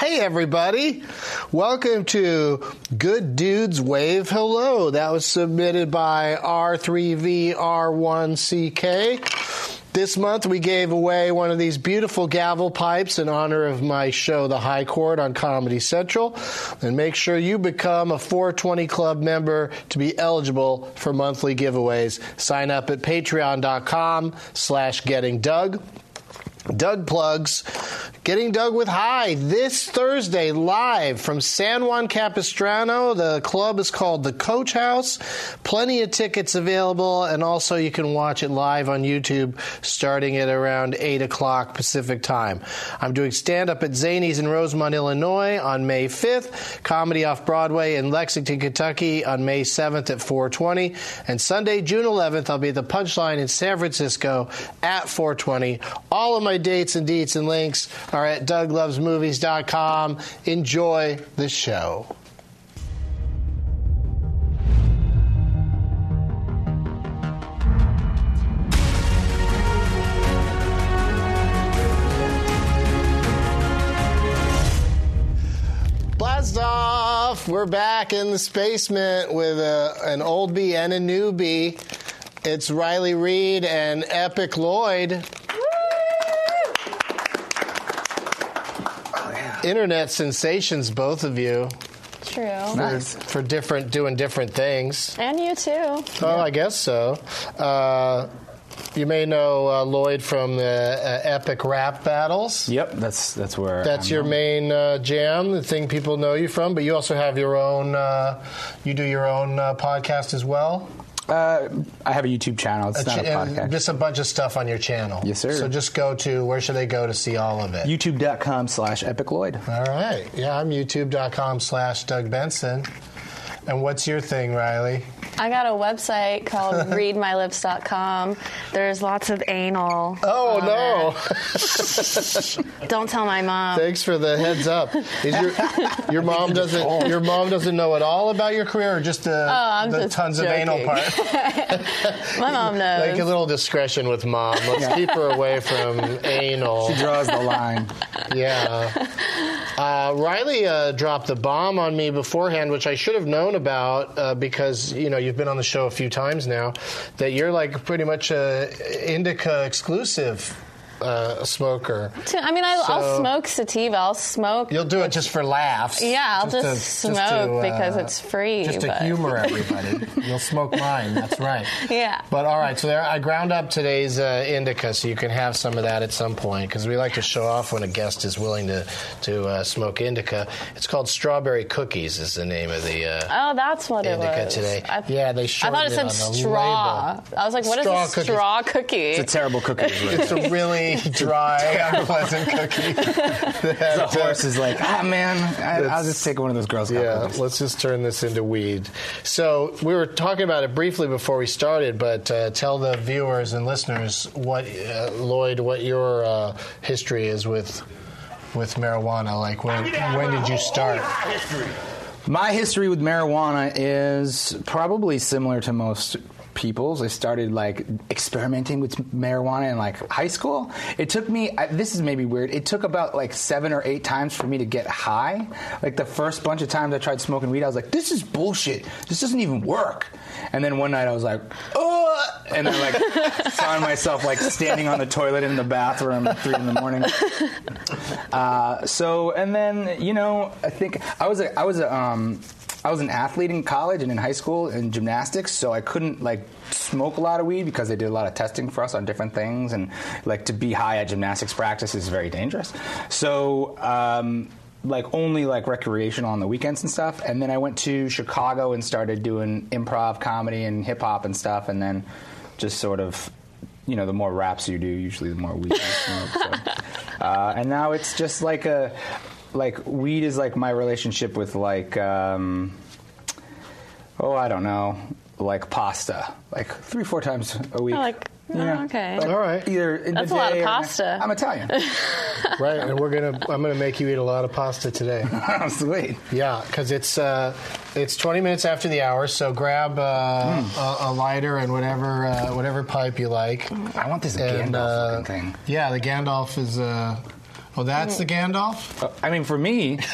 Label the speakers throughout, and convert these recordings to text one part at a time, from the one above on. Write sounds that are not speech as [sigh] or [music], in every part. Speaker 1: Hey, everybody. Welcome to Good Dudes Wave Hello. That was submitted by R3VR1CK. This month, we gave away one of these beautiful gavel pipes in honor of my show, The High Court, on Comedy Central. And make sure you become a 420 Club member to be eligible for monthly giveaways. Sign up at patreon.com slash gettingdug. Doug plugs Getting Doug with High this Thursday live from San Juan Capistrano. The club is called the Coach House. Plenty of tickets available, and also you can watch it live on YouTube starting at around 8 o'clock Pacific time. I'm doing stand up at Zanies in Rosemont, Illinois on May 5th, comedy off Broadway in Lexington, Kentucky on May 7th at 420, and Sunday, June 11th, I'll be at the Punchline in San Francisco at 420. All of my dates and deets and links are at douglovesmovies.com. Enjoy the show. Blast off! We're back in the basement with a, an old bee and a new bee. It's Riley Reed and Epic Lloyd. internet sensations, both of you,
Speaker 2: True.
Speaker 1: for different doing different things.
Speaker 2: And you too.
Speaker 1: Oh, I guess so. Uh, you may know uh, Lloyd from the uh, Epic Rap Battles.
Speaker 3: Yep, that's that's where.
Speaker 1: That's
Speaker 3: I'm
Speaker 1: your
Speaker 3: at.
Speaker 1: main uh, jam, the thing people know you from. But you also have your own. Uh, you do your own uh, podcast as well.
Speaker 3: Uh, I have a YouTube channel. It's not a
Speaker 1: Ch- and
Speaker 3: podcast.
Speaker 1: just a bunch of stuff on your channel.
Speaker 3: Yes, sir.
Speaker 1: So just go to where should they go to see all of it?
Speaker 3: YouTube.com slash Epic Lloyd.
Speaker 1: All right. Yeah, I'm youtube.com slash Doug Benson. And what's your thing, Riley?
Speaker 2: I got a website called
Speaker 1: [laughs]
Speaker 2: readmylips.com. There's lots of anal.
Speaker 1: Oh,
Speaker 2: on
Speaker 1: no.
Speaker 2: it. Don't tell my mom.
Speaker 1: [laughs] Thanks for the heads up. Is
Speaker 3: [laughs]
Speaker 1: your, your mom doesn't your mom doesn't know at all about your career or just
Speaker 3: Oh,
Speaker 1: the,
Speaker 2: I'm
Speaker 1: the
Speaker 2: just
Speaker 1: tons of anal
Speaker 2: joking.
Speaker 3: [laughs]
Speaker 1: part?
Speaker 2: My mom knows.
Speaker 1: Like a little discretion with mom. Let's keep her away from
Speaker 3: [laughs]
Speaker 1: anal.
Speaker 3: Draws
Speaker 1: [laughs]
Speaker 3: the line.
Speaker 1: Yeah. Uh, Riley uh, dropped the bomb on me beforehand, which I should have known about uh, because you know you've been on the show a few times now. That you're like pretty much a indica exclusive uh, smoker.
Speaker 2: T- I mean, I, I'll
Speaker 1: So-
Speaker 2: smoke sativa. I'll smoke.
Speaker 1: You'll do it just for laughs.
Speaker 2: yeah, I'll just,
Speaker 1: to-
Speaker 2: smoke
Speaker 1: to, uh,
Speaker 2: because it's free.
Speaker 1: Just to
Speaker 2: but-
Speaker 1: humor everybody. You'll smoke mine. That's right.
Speaker 2: [laughs] Yeah.
Speaker 1: But all right, so there I ground up today's uh, indica, so you can have some of that at some point because we like to show off when a guest is willing to to uh, smoke indica. It's called strawberry cookies. Is the name of the. Uh,
Speaker 2: Oh, that's what
Speaker 1: Indica
Speaker 2: it was.
Speaker 1: today.
Speaker 2: I,
Speaker 1: Yeah, they
Speaker 2: I
Speaker 1: shortened
Speaker 2: thought it
Speaker 1: it
Speaker 2: said
Speaker 1: on the
Speaker 2: straw.
Speaker 1: label.
Speaker 2: I was like, what is
Speaker 1: Straw
Speaker 2: a
Speaker 1: cookies.
Speaker 2: straw cookie?
Speaker 3: It's a terrible cookie.
Speaker 1: It's a
Speaker 2: [laughs]
Speaker 1: really dry, unpleasant cookie. [laughs] That,
Speaker 3: the
Speaker 1: uh,
Speaker 3: horse is like, ah, man, I, I'll
Speaker 1: That's-
Speaker 3: just take one of those girls.
Speaker 1: Yeah, let's just turn this into weed. So we were talking about it briefly before we started, but uh, tell the viewers and listeners what uh, Lloyd, what your uh, history is with with marijuana. Like when when did you start?
Speaker 3: My history with marijuana is probably similar to most people's. I started like experimenting with marijuana in like high school. It took me I, this is maybe weird. It took about like 7 or 8 times for me to get high. Like the first bunch of times I tried smoking weed, I was like this is bullshit. This doesn't even work. And then one night I was like, "Oh!" and I like [laughs] found myself like standing on the toilet in the bathroom at 3 in the morning. Uh, so and then you know I think I was a I was a um I was an athlete in college and in high school in gymnastics, so I couldn't like smoke a lot of weed because they did a lot of testing for us on different things, and like to be high at gymnastics practice is very dangerous. So. Um, like only like recreational on the weekends and stuff and then i went to chicago and started doing improv comedy and hip hop and stuff and then just sort of you know the more raps you do usually the more weed you
Speaker 2: [laughs]
Speaker 3: smoke so. uh, and now it's just like a like weed is like my relationship with like um, oh i don't know like pasta like three four times a week
Speaker 2: Oh, like, oh, okay.
Speaker 3: Like,
Speaker 1: All right.
Speaker 3: Either in
Speaker 2: That's a
Speaker 3: the
Speaker 2: lot
Speaker 3: day
Speaker 2: of
Speaker 3: or-
Speaker 2: pasta.
Speaker 3: I'm
Speaker 2: [laughs]
Speaker 3: Italian.
Speaker 1: Right, and we're gonna. I'm gonna make you eat a lot of pasta today.
Speaker 3: Sweet.
Speaker 1: Yeah, because it's uh, it's 20 minutes after the hour, so grab uh, a, a lighter and whatever uh, whatever pipe you like.
Speaker 3: I want this
Speaker 1: And,
Speaker 3: Gandalf
Speaker 1: uh,
Speaker 3: looking thing.
Speaker 1: Yeah, the Gandalf is. Uh, oh, that's the Gandalf.
Speaker 3: Uh, I mean,
Speaker 2: [laughs]
Speaker 3: for me, [laughs]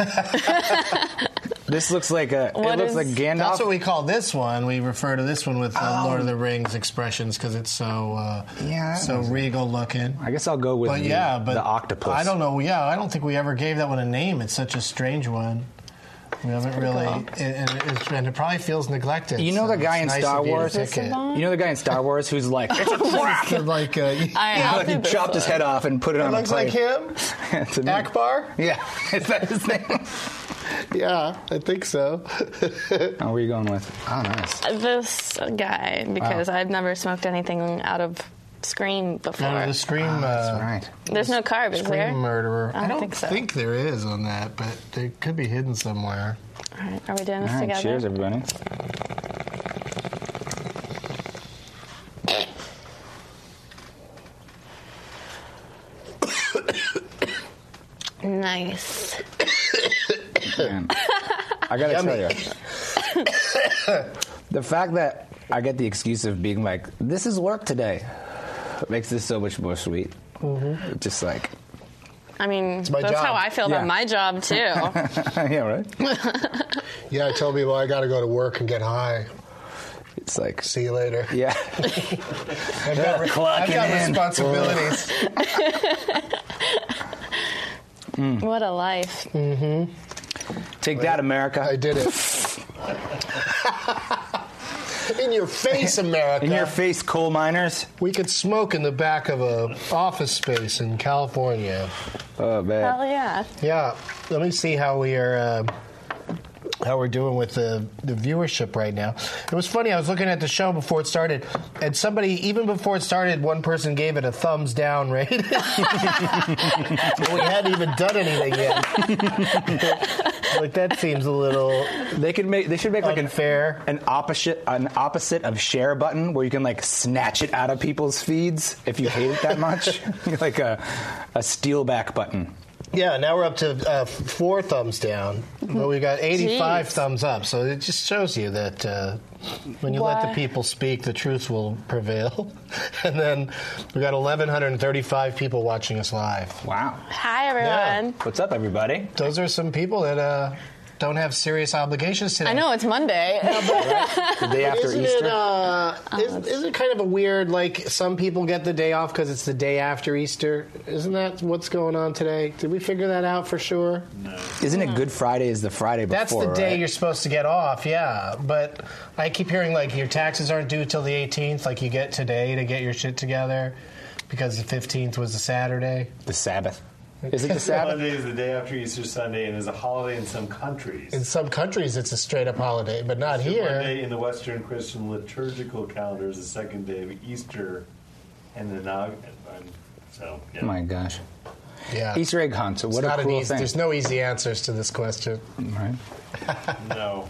Speaker 3: this looks like a.
Speaker 2: What
Speaker 3: it looks
Speaker 2: is-
Speaker 3: like Gandalf.
Speaker 1: That's what we call this one. We refer to this one with uh, Lord of the Rings expressions because it's so uh,
Speaker 3: Oh. Yeah, that
Speaker 1: so
Speaker 3: was-
Speaker 1: regal looking.
Speaker 3: I guess I'll go with
Speaker 1: But
Speaker 3: the,
Speaker 1: yeah, but
Speaker 3: the octopus.
Speaker 1: I don't know. Yeah, I don't think we ever gave that one a name. It's such a strange one. We haven't really, and, and, it's- and it probably feels neglected.
Speaker 3: You know
Speaker 1: so
Speaker 3: the guy
Speaker 1: it's
Speaker 3: in
Speaker 1: nice
Speaker 3: Star
Speaker 1: of you to
Speaker 3: Wars?
Speaker 1: pick it.
Speaker 3: You know the guy in Star Wars who's like,
Speaker 1: [laughs]
Speaker 3: it's a crap.
Speaker 1: It's like, [laughs] uh,
Speaker 2: I-
Speaker 1: yeah,
Speaker 2: I'll
Speaker 3: like he
Speaker 2: do this
Speaker 3: chopped his
Speaker 2: one.
Speaker 3: head off and put it,
Speaker 1: it
Speaker 3: on
Speaker 1: looks
Speaker 3: a
Speaker 1: like
Speaker 3: plate. [laughs]
Speaker 1: him.
Speaker 3: to me.
Speaker 1: Akbar.
Speaker 3: Yeah, [laughs] is that his name?
Speaker 1: Yeah, I think [laughs] so. Uh,
Speaker 3: oh, where are you going with? Oh, nice.
Speaker 2: This guy, because I've never smoked anything out of Scream before.
Speaker 1: Out of the Scream.
Speaker 3: Ah, That's
Speaker 1: uh,
Speaker 3: right.
Speaker 2: There's no carb, is
Speaker 1: Scream
Speaker 2: there?
Speaker 1: murderer.
Speaker 2: I don't think so.
Speaker 1: there is on that, but it could be hidden somewhere.
Speaker 2: All right, are we doing this
Speaker 3: All right,
Speaker 2: together?
Speaker 3: cheers, everybody.
Speaker 2: Nice.
Speaker 3: Man, I gotta tell you, [coughs] the fact that I get the excuse of being like, "This is work today," makes this so much more sweet.
Speaker 1: Mm-hmm.
Speaker 3: Just like, [laughs]
Speaker 2: I mean,
Speaker 1: my
Speaker 2: that's
Speaker 1: job.
Speaker 2: how I feel
Speaker 3: Yeah.
Speaker 2: about my job too.
Speaker 3: yeah, right.
Speaker 1: Yeah, I tell people I got to go to work and get high.
Speaker 3: It's like, [laughs]
Speaker 1: See you later. [laughs]
Speaker 3: yeah,
Speaker 1: I've got, re- I've
Speaker 3: Clocking
Speaker 1: got
Speaker 3: in.
Speaker 1: [laughs] responsibilities.
Speaker 2: what a life.
Speaker 3: take that, America.
Speaker 1: I did it. in your face, America.
Speaker 3: In your face, coal miners.
Speaker 1: we could smoke in the back of a office space in California.
Speaker 3: Oh man.
Speaker 2: Hell yeah.
Speaker 1: Yeah, let me see how we are. Uh, how we're doing with the, the viewership right now. It was funny, I was looking at the show before it started, and somebody, even before it started, one person gave it a thumbs down rating. [laughs] we hadn't even done anything yet. [laughs] like, that seems a little
Speaker 3: They could make. They should make like an
Speaker 1: unfair.
Speaker 3: an opposite an opposite of share button where you can like snatch it out of people's feeds if you hate it that much.
Speaker 1: [laughs]
Speaker 3: [laughs] like a a steal back button.
Speaker 1: Yeah, now we're up to uh, four thumbs down, but we got 85
Speaker 2: Jeez.
Speaker 1: thumbs up. So it just shows you that uh, when you let the
Speaker 2: Why?
Speaker 1: people speak, the truth will prevail. [laughs] and then we got 1,135 people watching us live.
Speaker 3: Wow.
Speaker 2: Hi, everyone.
Speaker 3: What's up, everybody?
Speaker 1: Those are some people that uh, don't have serious obligations today.
Speaker 2: I know it's Monday.
Speaker 3: The
Speaker 1: [laughs]
Speaker 3: day after
Speaker 1: Isn't
Speaker 3: Easter.
Speaker 1: it, uh, isn't, isn't it kind of a weird, like, some people get the day off because it's the day after Easter? Isn't that what's going on today? Did we figure that out for sure?
Speaker 3: Isn't it Good Friday? Is the Friday before?
Speaker 1: That's the day
Speaker 3: right?
Speaker 1: you're supposed to get off, yeah. But I keep hearing like your taxes aren't due till the 18th, like you get today to get your shit together because the 15th was a Saturday.
Speaker 3: the Sabbath.
Speaker 1: [laughs]
Speaker 3: Is it the Sabbath?
Speaker 4: Monday is the day after Easter Sunday and is a holiday in some countries.
Speaker 1: In some countries, it's a straight up holiday, but not
Speaker 4: Easter
Speaker 1: here.
Speaker 4: Monday in the Western Christian liturgical calendar is the second day of Easter and the Nog. and- So, yeah.
Speaker 3: Oh my gosh.
Speaker 1: Yeah.
Speaker 3: Easter egg hunt. What
Speaker 1: It's not
Speaker 3: a
Speaker 1: an
Speaker 3: cool
Speaker 1: easy-
Speaker 3: thing.
Speaker 1: There's no easy answers to this question.
Speaker 3: right?
Speaker 4: no.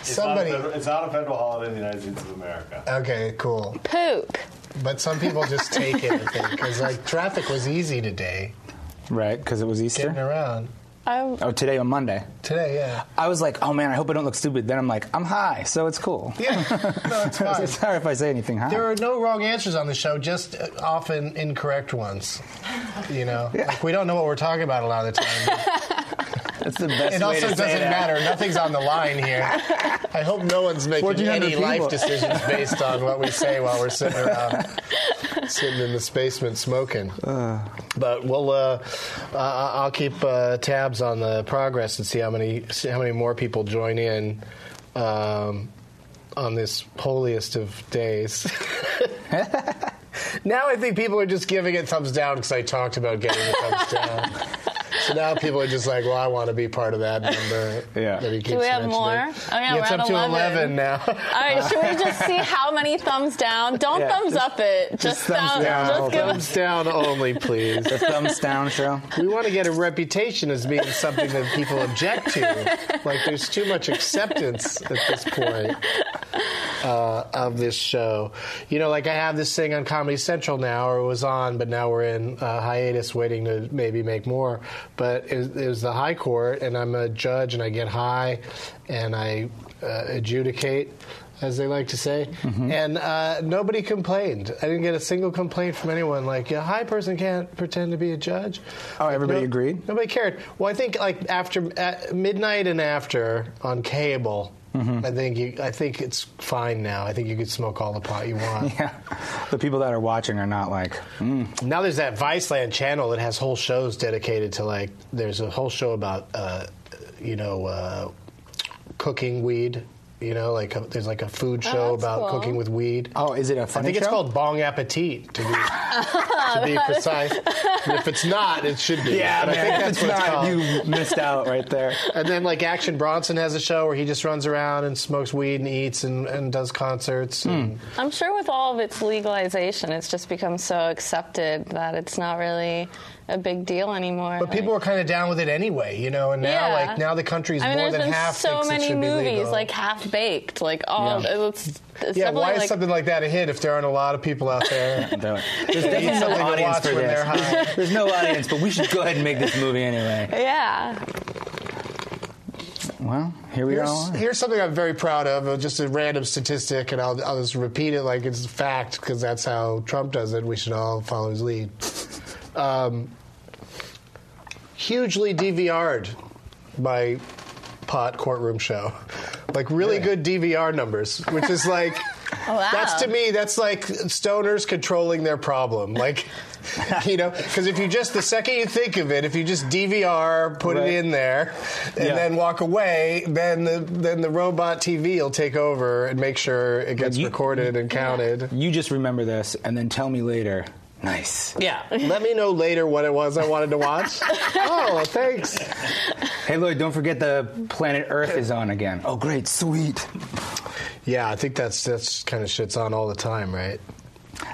Speaker 4: It's
Speaker 1: Somebody- Uh,
Speaker 4: Not a federal, it's not a federal holiday in the United States of America.
Speaker 1: Okay, cool.
Speaker 2: [laughs] Poop.
Speaker 1: But some people just take it because like traffic was easy today,
Speaker 3: Right, because it was
Speaker 1: getting
Speaker 3: Easter.
Speaker 1: around
Speaker 2: I,
Speaker 3: Oh, today on Monday.
Speaker 1: today. Yeah.
Speaker 3: I was like, oh man, I hope I don't look stupid. Then I'm like, I'm high, so it's cool.
Speaker 1: Yeah. No,
Speaker 3: [laughs]
Speaker 1: it's fine.
Speaker 3: Sorry if I say anything high.
Speaker 1: There are no wrong answers on the show, just uh, often incorrect ones. You know, like we don't know what we're talking about a lot of the time.
Speaker 3: That's the best
Speaker 1: It
Speaker 3: way
Speaker 1: also
Speaker 3: to say
Speaker 1: doesn't
Speaker 3: that.
Speaker 1: matter. Nothing's on the line here. I hope no one's making
Speaker 3: 1400
Speaker 1: any life
Speaker 3: people.
Speaker 1: decisions based on what we say while we're sitting around. sitting in this basement smoking. But we'll, uh, I- I- I'll keep uh, tabs on the progress and see how many see how many more people join in um, on this holiest of days. now I think people are just giving it thumbs down because I talked about getting a thumbs down. So now people are just like, well, I want to be part of that number.
Speaker 3: Yeah.
Speaker 1: that he
Speaker 3: Do
Speaker 1: keeps
Speaker 2: we have
Speaker 1: mentioning.
Speaker 2: more? Oh, yeah,
Speaker 1: it's
Speaker 2: we're
Speaker 1: up
Speaker 2: at
Speaker 1: to
Speaker 2: 11.
Speaker 1: now.
Speaker 2: All right, should we just see how many thumbs down? Don't
Speaker 3: Yeah,
Speaker 2: thumbs
Speaker 3: just-
Speaker 2: up it. Just,
Speaker 3: thumbs
Speaker 2: thumbs
Speaker 3: down.
Speaker 2: Just give us.
Speaker 1: [laughs] Thumbs down only, please.
Speaker 3: The thumbs
Speaker 1: [laughs]
Speaker 3: down show.
Speaker 1: We want to get a reputation as being something that people object to. Like there's too much acceptance at this point uh, of this show. You know, like I have this thing on Comedy Central now, or it was on, but now we're in uh, hiatus, waiting to maybe make more. But it, it was the High Court, and I'm a judge, and I get high, and I uh, adjudicate. As they like to say,
Speaker 3: Mm-hmm.
Speaker 1: and uh, nobody complained. I didn't get a single complaint from anyone. Like, a high person can't pretend to be a judge.
Speaker 3: Oh, everybody agreed?
Speaker 1: Nobody cared. Well, I think like after at midnight and after on cable,
Speaker 3: Mm-hmm.
Speaker 1: I think you, I think it's fine now. I think you could smoke all the pot you want.
Speaker 3: [laughs] Yeah. The people that are watching are not like, mm,
Speaker 1: Now there's that Viceland channel that has whole shows dedicated to like. There's a whole show about uh, you know uh, cooking weed. You know, like a, there's like a food show
Speaker 2: Oh, that's
Speaker 1: about
Speaker 2: cool.
Speaker 1: cooking with weed.
Speaker 3: oh, is it a
Speaker 1: I
Speaker 3: funny
Speaker 1: think it's
Speaker 3: show?
Speaker 1: called Bong Appetit
Speaker 2: [laughs]
Speaker 1: to be, to be precise. And if it's not, it should be.
Speaker 3: Yeah,
Speaker 1: But
Speaker 3: man.
Speaker 1: I think that's
Speaker 3: If it's
Speaker 1: what it's
Speaker 3: not,
Speaker 1: called.
Speaker 3: you missed out right there.
Speaker 1: And then like Action Bronson has a show where he just runs around and smokes weed and eats and, and does concerts. And
Speaker 2: I'm sure with all of its legalization, it's just become so accepted that it's not really a big deal anymore.
Speaker 1: But people were kind of down with it anyway, you know. And now
Speaker 2: Yeah.
Speaker 1: like now the country's
Speaker 2: I mean,
Speaker 1: more
Speaker 2: there's
Speaker 1: than
Speaker 2: been
Speaker 1: half
Speaker 2: so
Speaker 1: thinks it
Speaker 2: many
Speaker 1: should be
Speaker 2: movies,
Speaker 1: legal.
Speaker 2: like half baked, like all.
Speaker 3: Yeah.
Speaker 2: It's, it's
Speaker 1: yeah,
Speaker 2: definitely
Speaker 1: why
Speaker 2: like,
Speaker 1: is something like that a hit if there aren't a lot of people out
Speaker 2: [laughs]
Speaker 1: there?
Speaker 3: They're like, There's
Speaker 1: They need
Speaker 3: definitely no
Speaker 1: something to
Speaker 3: audience
Speaker 1: watch
Speaker 3: for
Speaker 1: when they're high.
Speaker 3: this. There's no audience, but we should go ahead and make this movie anyway.
Speaker 2: Yeah,
Speaker 3: Well, here we
Speaker 1: Here's,
Speaker 3: are.
Speaker 1: here's something I'm very proud of, uh, just a random statistic, and I'll, I'll just repeat it like it's a fact because that's how Trump does it. We should all follow his lead. [laughs] Um, hugely DVR'd by pot courtroom show. Like really good DVR numbers, which is
Speaker 3: [laughs]
Speaker 1: like.
Speaker 3: Oh,
Speaker 1: That's to me. That's like stoners controlling their problem.
Speaker 3: [laughs]
Speaker 1: Like, you know, because if you just the second you think of it, if you just DVR, put
Speaker 3: Right.
Speaker 1: it in there, and
Speaker 3: Yeah.
Speaker 1: then walk away, then the then the robot TV will take over and make sure it gets
Speaker 3: you-
Speaker 1: recorded and
Speaker 3: [laughs]
Speaker 1: counted.
Speaker 3: You just remember this and then tell me later. Nice.
Speaker 1: Yeah. Let me know later what it was I wanted to
Speaker 3: [laughs]
Speaker 1: watch. oh, thanks.
Speaker 3: Hey, Lloyd, don't forget the planet Earth is on again. Oh, great. Sweet.
Speaker 1: Yeah, I think that's that's kind of shit's on all the time, right?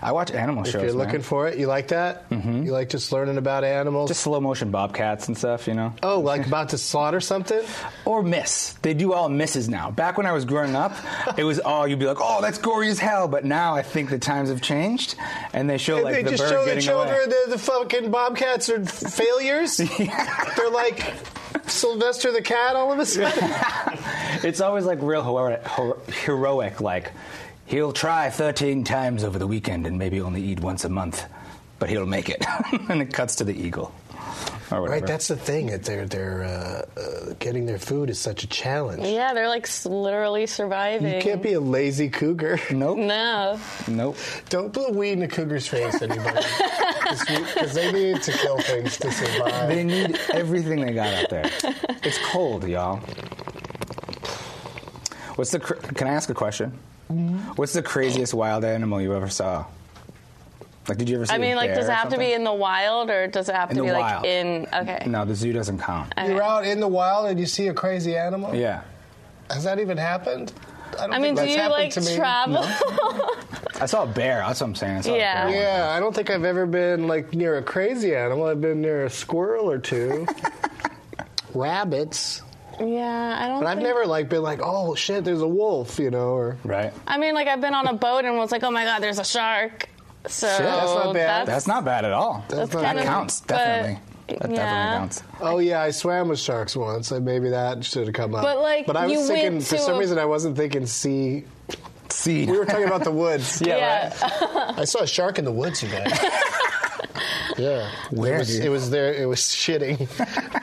Speaker 3: I watch animal
Speaker 1: If
Speaker 3: shows.
Speaker 1: you're
Speaker 3: man.
Speaker 1: looking for it, you like that? Mm-hmm. You like just learning about animals?
Speaker 3: just slow motion bobcats and stuff, you know? [laughs]
Speaker 1: oh, like about to slaughter something?
Speaker 3: Or miss. They do all misses now. Back when I was
Speaker 1: [laughs]
Speaker 3: growing up, it was all you'd be like, "Oh, that's gory as hell." But now I think the times have changed, and they show
Speaker 1: And
Speaker 3: [laughs] like
Speaker 1: they
Speaker 3: the
Speaker 1: just
Speaker 3: bird
Speaker 1: show the
Speaker 3: getting
Speaker 1: children
Speaker 3: [laughs] away.
Speaker 1: that the fucking bobcats are f-
Speaker 3: [laughs]
Speaker 1: failures. They're like Sylvester the cat all of a sudden.
Speaker 3: It's always like real heroic, hero- heroic. Like he'll try 13 times over the weekend and maybe only eat once a month, but he'll make it. [laughs] and it cuts to the eagle, or [laughs] whatever.
Speaker 1: Right, that's the thing. That they're they're uh, uh, getting their food is such a challenge.
Speaker 2: yeah, they're like s- literally surviving.
Speaker 1: You can't be a lazy cougar.
Speaker 3: nope,
Speaker 2: No,
Speaker 3: nope.
Speaker 1: [laughs] Don't put weed in a cougar's face, anybody, because they need to kill things to survive.
Speaker 3: They need everything they got out there. It's cold, y'all. What's the? Cr- can I ask a question?
Speaker 2: Mm-hmm.
Speaker 3: What's the craziest wild animal you ever saw? Like, did you ever see?
Speaker 2: I mean,
Speaker 3: a
Speaker 2: like,
Speaker 3: bear
Speaker 2: does it
Speaker 3: or
Speaker 2: have to be
Speaker 3: something?
Speaker 2: in the wild or does it have
Speaker 3: In
Speaker 2: to
Speaker 3: the
Speaker 2: be
Speaker 3: wild.
Speaker 2: like in? Okay,
Speaker 3: No, the zoo doesn't count.
Speaker 1: You're out in the wild and you see a crazy animal.
Speaker 3: Yeah,
Speaker 1: has that even happened? don't
Speaker 2: I mean,
Speaker 1: think that's
Speaker 2: do you
Speaker 1: happened
Speaker 2: like
Speaker 1: to me.
Speaker 2: travel?
Speaker 3: I saw a bear. That's what I'm saying. I saw a
Speaker 2: Yeah.
Speaker 3: bear one time.
Speaker 1: Yeah, I don't think I've ever been like near a crazy animal. I've been near a squirrel or
Speaker 2: [laughs]
Speaker 1: two, rabbits,
Speaker 2: [laughs] yeah, I don't.
Speaker 1: but I've
Speaker 2: think-
Speaker 1: never like been like, oh shit, there's a wolf, you know, or
Speaker 3: Right.
Speaker 2: I mean, like I've been on a boat and was like, oh my god, there's a shark. So
Speaker 1: Shit, that's not bad.
Speaker 3: That's not bad at all.
Speaker 1: That's
Speaker 2: not
Speaker 3: that
Speaker 2: bad.
Speaker 3: counts
Speaker 2: But-
Speaker 3: definitely. That definitely
Speaker 2: yeah.
Speaker 3: counts.
Speaker 1: oh yeah, I swam with sharks once, and maybe that should have come up.
Speaker 2: But, like,
Speaker 1: but I was
Speaker 2: you
Speaker 1: thinking
Speaker 2: went
Speaker 1: for
Speaker 2: to
Speaker 1: some
Speaker 2: a-
Speaker 1: reason I wasn't thinking sea.
Speaker 3: See. [laughs]
Speaker 1: We were talking about the woods.
Speaker 3: yeah.
Speaker 2: [laughs] yeah. [laughs]
Speaker 3: right?
Speaker 1: I saw a shark in the woods, you guys. Yeah,
Speaker 3: Where,
Speaker 1: it was,
Speaker 3: dude?
Speaker 1: it was there. It was shitting,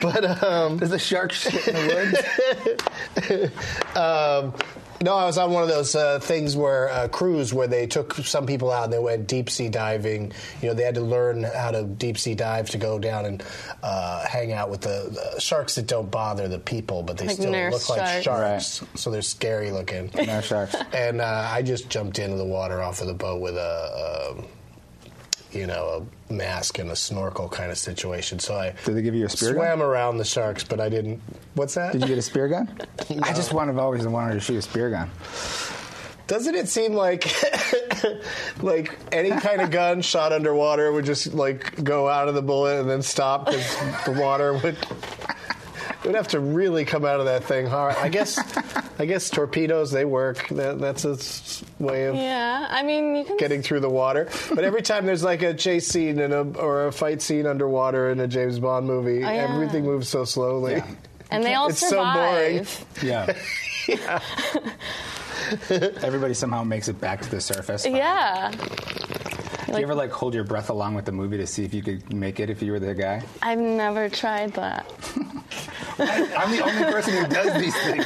Speaker 1: [laughs] but um,
Speaker 3: Does a shark shit in the woods?
Speaker 1: um, no, I was on one of those uh, things where uh, cruise where they took some people out and they went deep sea diving. You know, they had to learn how to deep sea dive to go down and uh, hang out with the, the sharks that don't bother the people, but they
Speaker 2: Like
Speaker 1: still look
Speaker 2: nurse
Speaker 1: like
Speaker 2: sharks.
Speaker 1: sharks, so they're scary
Speaker 3: [laughs]
Speaker 1: looking.
Speaker 3: no sharks.
Speaker 1: and uh, I just jumped into the water off of the boat with a, um you know, a mask and a snorkel kind of situation. So I
Speaker 3: Did they give you a spear gun?
Speaker 1: swam around the sharks, but I didn't. What's that?
Speaker 3: Did you get a spear [laughs] gun? I just wanted I've always wanted to shoot a spear gun.
Speaker 1: Doesn't it seem like [laughs] like any kind of gun shot underwater would just like go out of the bullet and then stop because the water would it would have to really come out of that thing hard. I guess I guess torpedoes they work. That, that's a s- way of
Speaker 2: Yeah, I mean, you can.
Speaker 1: getting through the water. But every time there's like a chase scene and a, or a fight scene underwater in a James Bond movie,
Speaker 2: Oh, yeah.
Speaker 1: everything moves so slowly.
Speaker 3: Yeah.
Speaker 2: and they all
Speaker 1: It's so boring.
Speaker 2: survive.
Speaker 3: Yeah. Everybody somehow makes it back to the surface.
Speaker 2: yeah.
Speaker 3: Do you ever like hold your breath along with the movie to see if you could make it if you were the guy?
Speaker 2: I've never tried that.
Speaker 3: I'm the only person who does these things.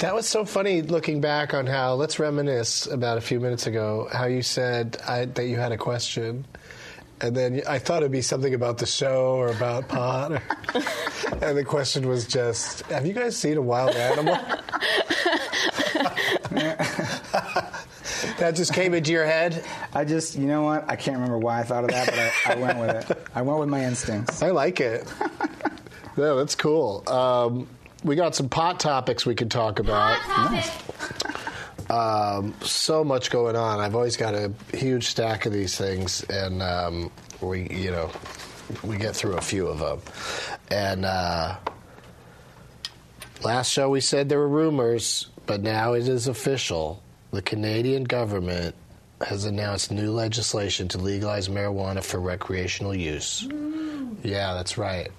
Speaker 1: That was so funny looking back on how, let's reminisce about a few minutes ago, how you said I, that you had a question. And then I thought it'd be something about the show or about [laughs] pot. Or, and the question was just, have you guys seen a wild animal? [laughs] that just came into your head.
Speaker 3: [laughs] I just, you know what? I can't remember why I thought of that, but I, I went with it. I went with my instincts.
Speaker 1: I like it. no, that's cool. Um, we got some pot topics we could talk about. Um, so much going on. I've always got a huge stack of these things, and um, we, you know, we get through a few of them. And uh, last show we said there were rumors, but now it is official. The Canadian government has announced new legislation to legalize marijuana for recreational use. Yeah, that's right.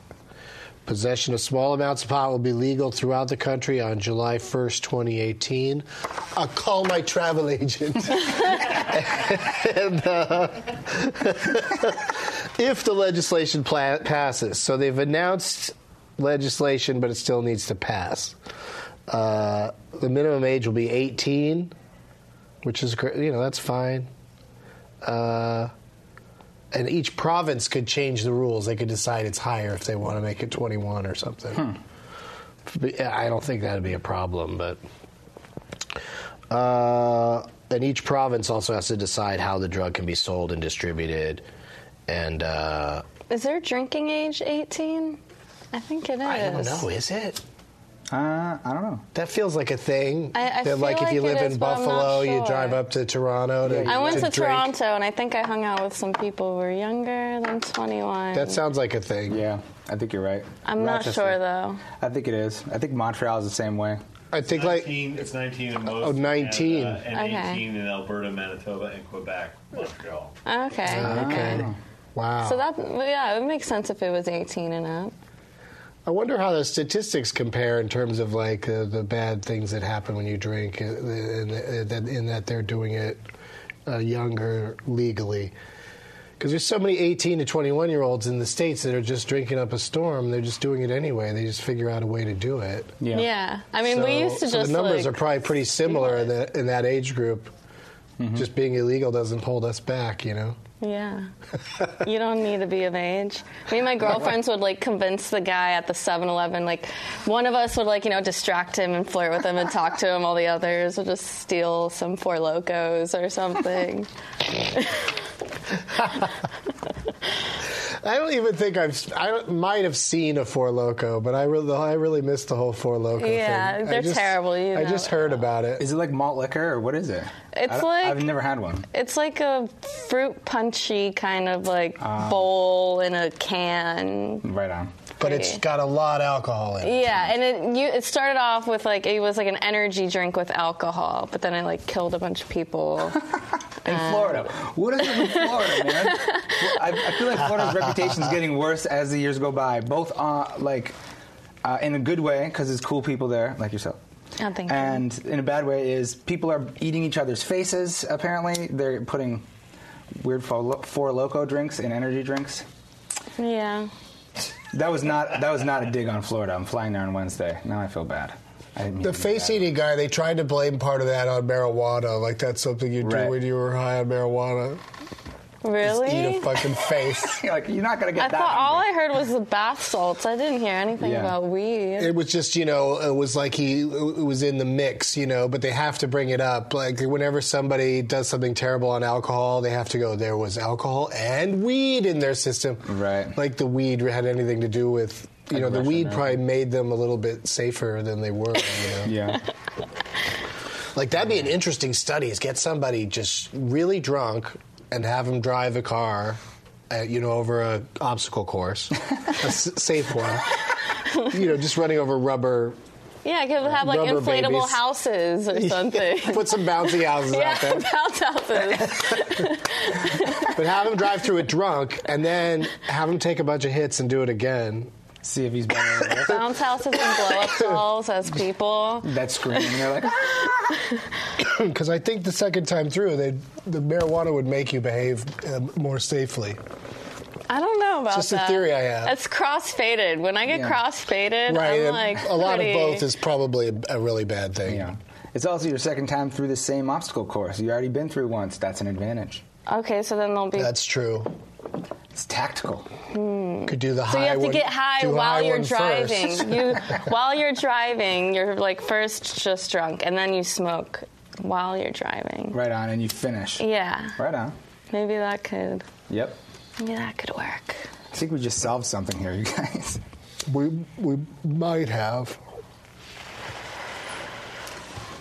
Speaker 1: Possession of small amounts of pot will be legal throughout the country on July 1st, 2018. I'll call my travel agent. [laughs] and, uh, [laughs] if the legislation pla- passes. So they've announced legislation, but it still needs to pass. Uh, the minimum age will be 18, which is, gr- you know, that's fine and each province could change the rules. They could decide it's higher if they want to make it 21 or something. But, yeah, I don't think that'd be a problem, but. Uh, and each province also has to decide how the drug can be sold and distributed. And uh,
Speaker 2: Is there drinking age 18? I think it is.
Speaker 1: I don't know, is it?
Speaker 3: Uh, I don't know.
Speaker 1: That feels like a thing.
Speaker 2: I- I
Speaker 1: that, like,
Speaker 2: feel
Speaker 1: if you
Speaker 2: like it
Speaker 1: live in
Speaker 2: is, but I'm not
Speaker 1: Buffalo, you
Speaker 2: sure.
Speaker 1: drive up to Toronto to.
Speaker 2: I went to,
Speaker 1: drink.
Speaker 2: Toronto and I think I hung out with some people who were younger than 21.
Speaker 1: That sounds like a thing.
Speaker 3: Yeah, I think you're right.
Speaker 2: I'm not
Speaker 3: Rochester.
Speaker 2: sure though.
Speaker 3: I think it is. I think Montreal is the same way.
Speaker 1: I think, like.
Speaker 4: 19, it's 19 in most.
Speaker 1: Oh, 19.
Speaker 4: And, uh, and
Speaker 2: Okay.
Speaker 4: 18 in Alberta, Manitoba, and Quebec, Montreal.
Speaker 2: Okay.
Speaker 1: Ah, Okay. Wow.
Speaker 2: So that yeah, it would make sense if it was 18 and up.
Speaker 1: I wonder how the statistics compare in terms of like uh, the bad things that happen when you drink, uh, in, in, in that they're doing it uh, younger legally. Because there's so many 18 to 21 year olds in the states that are just drinking up a storm. They're just doing it anyway. They just figure out a way to do it.
Speaker 2: Yeah. I mean, we
Speaker 1: So-
Speaker 2: used to
Speaker 1: so
Speaker 2: just
Speaker 1: the numbers
Speaker 2: like,
Speaker 1: are probably pretty similar in that, in that age group. Just being illegal doesn't hold us back, you know.
Speaker 2: Yeah. you don't need to be of age. Me and my girlfriends would like convince the guy at the 7 Eleven, like, one of us would like, you know, distract him and flirt with him and talk to him. All the others would just steal some Four Locos
Speaker 1: [laughs]
Speaker 2: or something.
Speaker 1: I don't even think I've. I don't- might have seen a Four Loco, but I really, I really missed the whole Four Loco
Speaker 2: Yeah,
Speaker 1: thing. I
Speaker 2: they're terrible, you
Speaker 1: I
Speaker 2: know.
Speaker 1: just heard about it.
Speaker 3: Is it like malt liquor or what is it?
Speaker 2: It's
Speaker 3: I don't-
Speaker 2: like-
Speaker 3: I've never had one.
Speaker 2: It's like a fruit punchy kind of like
Speaker 1: Ah.
Speaker 2: bowl in a can.
Speaker 3: Right on.
Speaker 1: But it's got a lot of alcohol in it.
Speaker 2: Yeah, and it you, it started off with like it was like an energy drink with alcohol, but then it like killed a bunch
Speaker 1: [laughs]
Speaker 2: of people.
Speaker 3: In Florida. What is it in Florida, man? Well, I, I feel like Florida's reputation is getting worse as the years go by, both uh, like uh, in a good way because there's cool people there, like yourself.
Speaker 2: Oh, thank you.
Speaker 3: and in a bad way is people are eating each other's faces. Apparently, they're putting weird four, four loco drinks and energy drinks.
Speaker 2: Yeah.
Speaker 3: That was not that was not a dig on Florida. I'm flying there on Wednesday. Now I feel bad. I didn't mean
Speaker 1: The
Speaker 3: to do
Speaker 1: face
Speaker 3: that.
Speaker 1: eating guy, they tried to blame part of that on marijuana. Like that's something you do
Speaker 3: Right.
Speaker 1: when you were high on marijuana. Just eat
Speaker 2: Really?
Speaker 1: a fucking
Speaker 2: [laughs]
Speaker 1: face.
Speaker 3: You're like you're not gonna get
Speaker 2: I
Speaker 3: that.
Speaker 2: thought all
Speaker 3: hungry.
Speaker 2: I heard was the bath salts. I didn't hear anything
Speaker 3: Yeah.
Speaker 2: about weed.
Speaker 1: it was just, you know, it was like he it was in the mix, you know, but they have to bring it up. Like whenever somebody does something terrible on alcohol, they have to go, there was alcohol and weed in their system.
Speaker 3: Right.
Speaker 1: Like the weed had anything to do with, you know, the
Speaker 3: Russian
Speaker 1: weed
Speaker 3: now.
Speaker 1: probably made them a little bit safer than they were, you know.
Speaker 3: [laughs] Yeah.
Speaker 1: Like that'd be an interesting study: is get somebody just really drunk and have them drive a car, uh you know, over a obstacle
Speaker 3: [laughs]
Speaker 1: course, a s- safe one. You know, just running over rubber.
Speaker 2: Yeah, I could have like
Speaker 1: Rubber
Speaker 2: inflatable
Speaker 1: babies. [laughs]
Speaker 2: houses or something.
Speaker 1: Put some bouncy houses
Speaker 2: yeah, [laughs]
Speaker 1: out there,
Speaker 2: bounce houses.
Speaker 1: [laughs] but have them drive through it drunk, and then have them take a bunch of hits and do it again. [clears throat]
Speaker 3: See if he's better.
Speaker 2: bounce houses and
Speaker 1: [laughs]
Speaker 2: blow up dolls as people.
Speaker 3: that screaming. They're like,
Speaker 1: Because I think the second time through, they, the marijuana would make you behave uh, more safely.
Speaker 2: I don't know about
Speaker 1: Just a
Speaker 2: that.
Speaker 1: theory I have.
Speaker 2: It's cross-faded. When I get
Speaker 3: Yeah.
Speaker 2: cross-faded,
Speaker 1: Right,
Speaker 2: I'm
Speaker 1: and
Speaker 2: like
Speaker 1: a lot
Speaker 2: pretty-
Speaker 1: of both is probably a, a really bad thing.
Speaker 3: yeah. It's also your second time through the same obstacle course. You already been through once. That's an advantage.
Speaker 2: Okay, so then they'll be.
Speaker 1: That's true.
Speaker 3: It's tactical.
Speaker 1: Could do the high.
Speaker 2: so you have to
Speaker 1: one-
Speaker 2: get high
Speaker 1: do
Speaker 2: while
Speaker 1: high
Speaker 2: you're
Speaker 1: one first. [laughs]
Speaker 2: driving. [laughs] you while you're driving, you're like first just drunk, and then you smoke while you're driving.
Speaker 3: Right on, and you finish.
Speaker 2: Yeah,
Speaker 3: Right on.
Speaker 2: maybe that could.
Speaker 3: Yep.
Speaker 2: Maybe that could work.
Speaker 3: I think we just solved something here, you [laughs] guys.
Speaker 1: We we might have.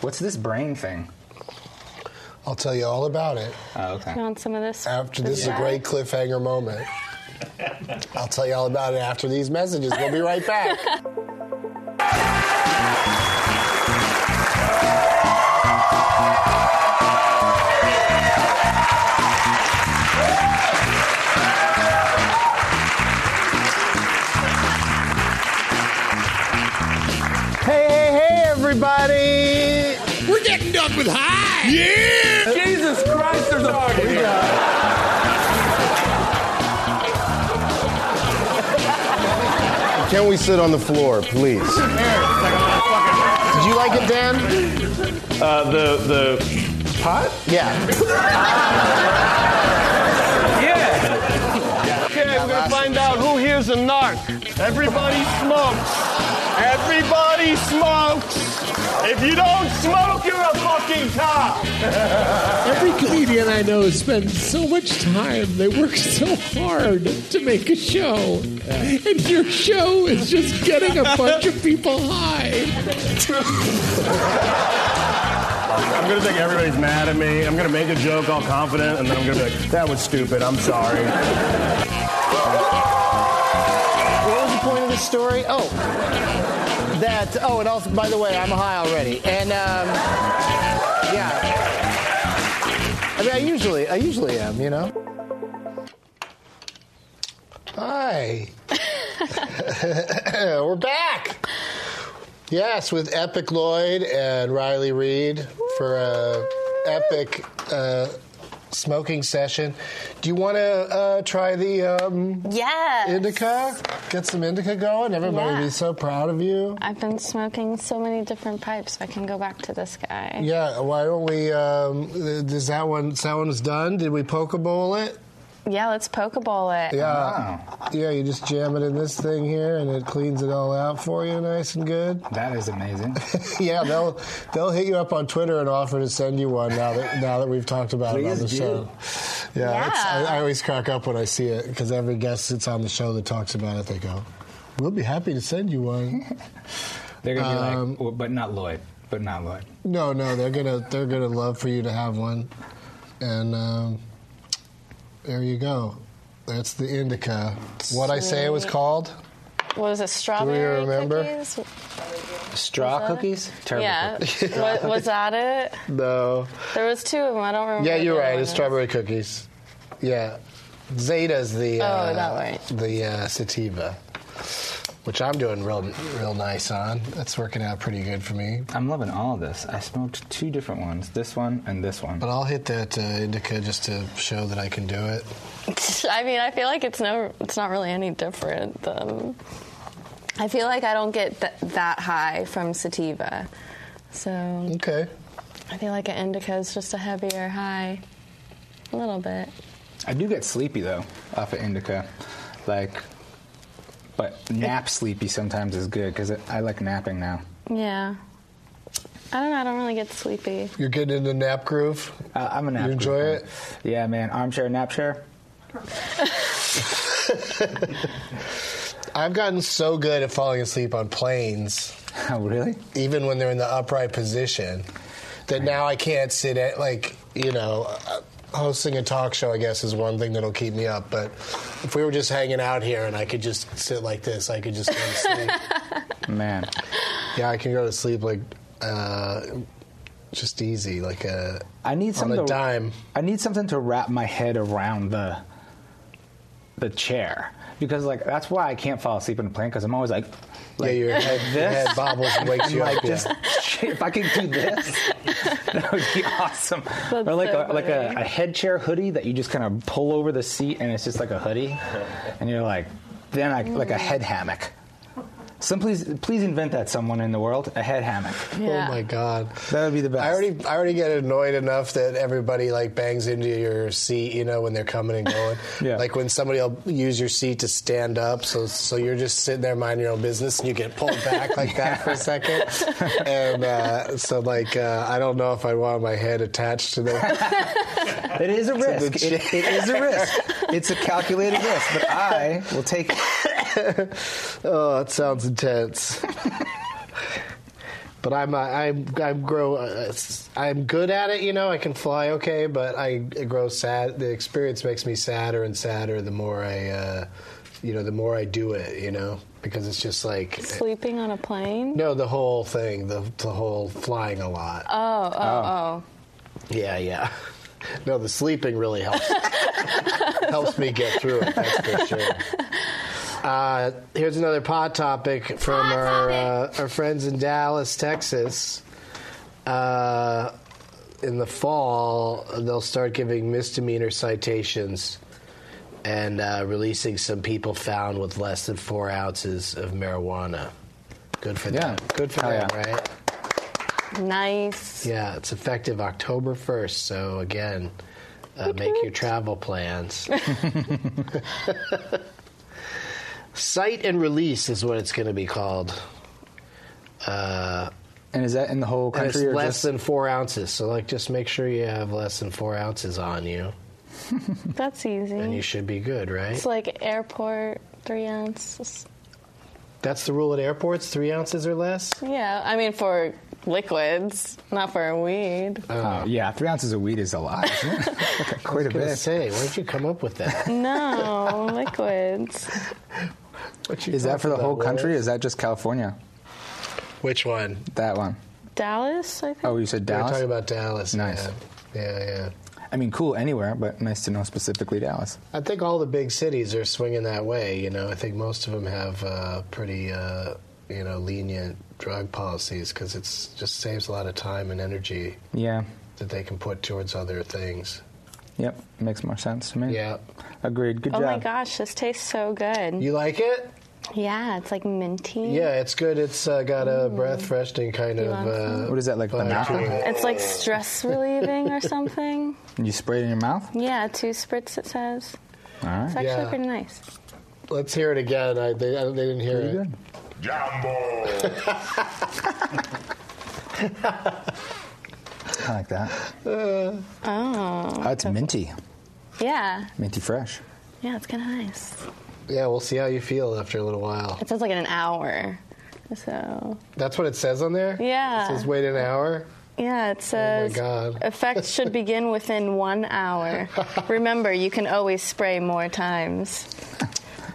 Speaker 3: What's this brain thing?
Speaker 1: I'll tell you all about it
Speaker 3: Oh, okay.
Speaker 2: You want some of this?
Speaker 1: after this is a
Speaker 2: back?
Speaker 1: great cliffhanger moment. I'll tell you all about it after these messages. We'll be right
Speaker 3: [laughs]
Speaker 1: back. Hey, hey, hey, everybody!
Speaker 5: We're getting done with high. Yeah. Jesus Christ, there's a dog in here.
Speaker 1: Can we sit on the floor, please? Did you like it, Dan?
Speaker 4: Uh, the the pot?
Speaker 1: Yeah.
Speaker 4: Yeah. Okay, we're gonna find out who here's a narc. Everybody smokes. Everybody smokes. If you don't smoke, you're a fucking cop.
Speaker 5: Every comedian I know spends so much time. They work so hard to make a show, and your show is just getting a bunch of people high.
Speaker 4: I'm gonna think everybody's mad at me. I'm gonna make a joke all confident, and then I'm gonna be like, "That was stupid. I'm sorry."
Speaker 6: What was the point of this story? Oh, that. Oh, and also, by the way, I'm high already, and um, yeah. I mean, I usually, I usually am, you know. [laughs]
Speaker 1: Hi. We're back. Yes, with Epic Lloyd and Riley Reed for a epic uh, smoking session. Do you want to uh, try the um,
Speaker 2: Yes.
Speaker 1: indica? Get some indica going. Everybody
Speaker 2: Yeah.
Speaker 1: would be so proud of you.
Speaker 2: I've been smoking so many different pipes. I can go back to this guy.
Speaker 1: Yeah, why don't we? Um, th- is that one? That one was done. Did we poke a bowl it?
Speaker 2: Yeah, let's pokeball it.
Speaker 1: Yeah,
Speaker 3: Wow.
Speaker 1: yeah. You just jam it in this thing here, and it cleans it all out for you, nice and good. [laughs]
Speaker 3: That is amazing.
Speaker 1: yeah, they'll they'll hit you up on Twitter and offer to send you one now that now that we've talked about it on
Speaker 3: Please
Speaker 1: the
Speaker 3: do.
Speaker 1: show. Yeah, It's,
Speaker 2: Yeah.
Speaker 1: I, I always crack up when I see it because every guest that's on the show that talks about it, they go, "We'll be happy to send you one."
Speaker 3: They're gonna be
Speaker 1: Um,
Speaker 3: like, "Well, but not Lloyd, but not Lloyd.
Speaker 1: no, no, they're gonna they're gonna love for you to have one, and um, there you go. That's the indica. What I say it was
Speaker 2: Sweet.
Speaker 1: called?
Speaker 2: What was it? Strawberry
Speaker 1: remember?
Speaker 2: cookies?
Speaker 3: Straw
Speaker 2: that it?
Speaker 3: cookies? Terrible.
Speaker 2: Yeah.
Speaker 3: cookies.
Speaker 1: [laughs]
Speaker 2: Wa- was that it?
Speaker 1: No.
Speaker 2: There was two of them. I don't remember.
Speaker 1: Yeah,
Speaker 2: what
Speaker 1: you're
Speaker 2: the other
Speaker 1: right.
Speaker 2: one
Speaker 1: It's
Speaker 2: is.
Speaker 1: strawberry cookies. Yeah. Zeta's the
Speaker 2: Oh,
Speaker 1: uh,
Speaker 2: that right.
Speaker 1: the uh, sativa. which I'm doing real, real nice on. That's working out pretty good for me.
Speaker 3: I'm loving all of this. I smoked two different ones this one and this one.
Speaker 1: But I'll hit that uh, indica just to show that I can do it.
Speaker 2: [laughs] I mean, I feel like it's no, it's not really any different. Than, I feel like I don't get th- that high from sativa, so
Speaker 1: Okay.
Speaker 2: I feel like an indica is just a heavier high, a little bit.
Speaker 3: I do get sleepy though off of indica, like, but nap sleepy sometimes is good because I like napping now.
Speaker 2: Yeah, I don't know. I don't really get sleepy.
Speaker 1: You're getting into nap groove.
Speaker 3: Uh, I'm a nap.
Speaker 1: You enjoy
Speaker 3: group,
Speaker 1: it?
Speaker 3: man. Yeah, man. Armchair nap chair.
Speaker 1: I've gotten so good at falling asleep on planes,
Speaker 3: [laughs] Oh, really?
Speaker 1: even when they're in the upright position, that now I can't sit at, like, you know, uh, hosting a talk show, I guess, is one thing that'll keep me up. But if we were just hanging out here and I could just sit like this, I could just go to
Speaker 3: [laughs]
Speaker 1: sleep.
Speaker 3: Man,
Speaker 1: yeah, I can go to sleep, like, uh, just easy, like uh, a,
Speaker 3: I need
Speaker 1: on
Speaker 3: something.
Speaker 1: a
Speaker 3: to-
Speaker 1: dime.
Speaker 3: I need something to wrap my head around the the chair because like that's why I can't fall asleep in a plane because I'm always like, like
Speaker 1: yeah, your
Speaker 3: [laughs]
Speaker 1: head, your
Speaker 3: this?
Speaker 1: head bobbles and wakes
Speaker 3: I'm
Speaker 1: you
Speaker 3: [laughs] like
Speaker 1: up. yeah.
Speaker 3: just shit, if I could do this, [laughs] that would be awesome. or like
Speaker 2: so
Speaker 3: a, like a,
Speaker 2: funny.
Speaker 3: a head chair hoodie that you just kind of pull over the seat and it's just like a hoodie, and you're like, then I like a head hammock. Some please please invent that someone in the world a head hammock.
Speaker 2: Yeah.
Speaker 1: Oh my god,
Speaker 3: That would be the best.
Speaker 1: I already, I already get annoyed enough that everybody like bangs into your seat, you know, when they're coming and going.
Speaker 3: [laughs] Yeah.
Speaker 1: Like when somebody'll use your seat to stand up, so so you're just sitting there minding your own business, and you get pulled back
Speaker 3: [laughs]
Speaker 1: like that for a second. And uh, so like, uh, I don't know if I want my head attached to the.
Speaker 3: It is a
Speaker 1: the
Speaker 3: risk. It, it is a risk.
Speaker 1: [laughs]
Speaker 3: It's a calculated risk, but I will take it.
Speaker 1: oh, that sounds intense. [laughs] But I'm uh, I'm I'm grow uh, I'm good at it, you know. I can fly okay, but I grow sad. The experience makes me sadder and sadder the more I, uh, you know, the more I do it, you know, because it's just like
Speaker 2: Sleeping on a plane?
Speaker 1: no, the whole thing, the the whole flying a lot.
Speaker 2: Oh, oh, oh.
Speaker 1: yeah, yeah. [laughs] No, the sleeping really helps helps me get through it. That's for sure. Uh, here's another pod topic from our Uh, our friends in Dallas, Texas. Uh, in the fall, they'll start giving misdemeanor citations and uh, releasing some people found with less than four ounces of marijuana. Good for
Speaker 3: Yeah.
Speaker 1: them. Good for
Speaker 3: Hell
Speaker 1: them,
Speaker 3: yeah.
Speaker 1: right?
Speaker 2: Nice.
Speaker 1: Yeah, it's effective October 1st. So, again, uh, make your travel plans. [laughs] Sight and release is what it's going to be called. Uh,
Speaker 3: And is that in the whole
Speaker 1: and it's
Speaker 3: country or
Speaker 1: less
Speaker 3: just?
Speaker 1: than four ounces. So, like, just make sure you have less than four ounces on you,
Speaker 2: That's
Speaker 1: and you
Speaker 2: easy.
Speaker 1: should be good, right?
Speaker 2: It's like airport three ounces.
Speaker 1: That's the rule at airports: three ounces or less.
Speaker 2: Yeah, I mean for liquids, not for weed.
Speaker 1: [laughs]
Speaker 3: Oh, yeah, three ounces of weed is a lot. isn't it? Okay, Quite
Speaker 1: I was
Speaker 3: a
Speaker 1: gonna
Speaker 3: bit.
Speaker 1: say, where'd you come up with that?
Speaker 3: [laughs]
Speaker 2: No, liquids.
Speaker 1: What you
Speaker 3: Is that for the
Speaker 1: talking
Speaker 3: whole
Speaker 1: about,
Speaker 3: country? Or
Speaker 1: Willis?
Speaker 3: is that just California?
Speaker 1: Which one?
Speaker 3: That one.
Speaker 2: Dallas, I think.
Speaker 3: Oh, you said
Speaker 1: We We're
Speaker 3: Dallas.
Speaker 1: talking about Dallas.
Speaker 3: Nice.
Speaker 1: Yeah, yeah. yeah.
Speaker 3: I mean, cool anywhere, but nice to know specifically Dallas.
Speaker 1: I think all the big cities are swinging that way. You know, I think most of them have uh, pretty, uh, you know, lenient drug policies because it's just saves a lot of time and energy
Speaker 3: Yeah.
Speaker 1: that they can put towards other things.
Speaker 3: Yep. Makes more sense to me.
Speaker 1: Yeah,
Speaker 3: Agreed. Good
Speaker 2: Oh
Speaker 3: job.
Speaker 2: my gosh, this tastes so good.
Speaker 1: you like it?
Speaker 2: Yeah, it's like minty.
Speaker 1: Yeah, it's good. It's uh, got a breath freshening kind
Speaker 2: You want
Speaker 1: of. Uh,
Speaker 2: some?
Speaker 3: What is that, like
Speaker 1: vibe to
Speaker 3: banana?
Speaker 1: it.
Speaker 2: It's like stress relieving or something.
Speaker 3: You spray it in your mouth?
Speaker 2: Yeah, two spritz it says.
Speaker 3: All right.
Speaker 2: It's actually
Speaker 1: Yeah.
Speaker 2: pretty nice.
Speaker 1: Let's hear it again. I, they, I, they didn't hear
Speaker 3: Pretty
Speaker 1: it.
Speaker 3: good. I like that.
Speaker 2: Oh.
Speaker 3: Oh, it's minty.
Speaker 2: Yeah.
Speaker 3: Minty fresh.
Speaker 2: Yeah, it's kinda nice.
Speaker 1: Yeah, we'll see how you feel after a little while.
Speaker 2: It says like in an hour. So
Speaker 1: That's what it says on there.
Speaker 2: Yeah.
Speaker 1: it says wait an hour.
Speaker 2: Yeah, it
Speaker 1: Oh my
Speaker 2: says
Speaker 1: god. [laughs]
Speaker 2: effects should begin within one hour. Remember, you can always spray more times.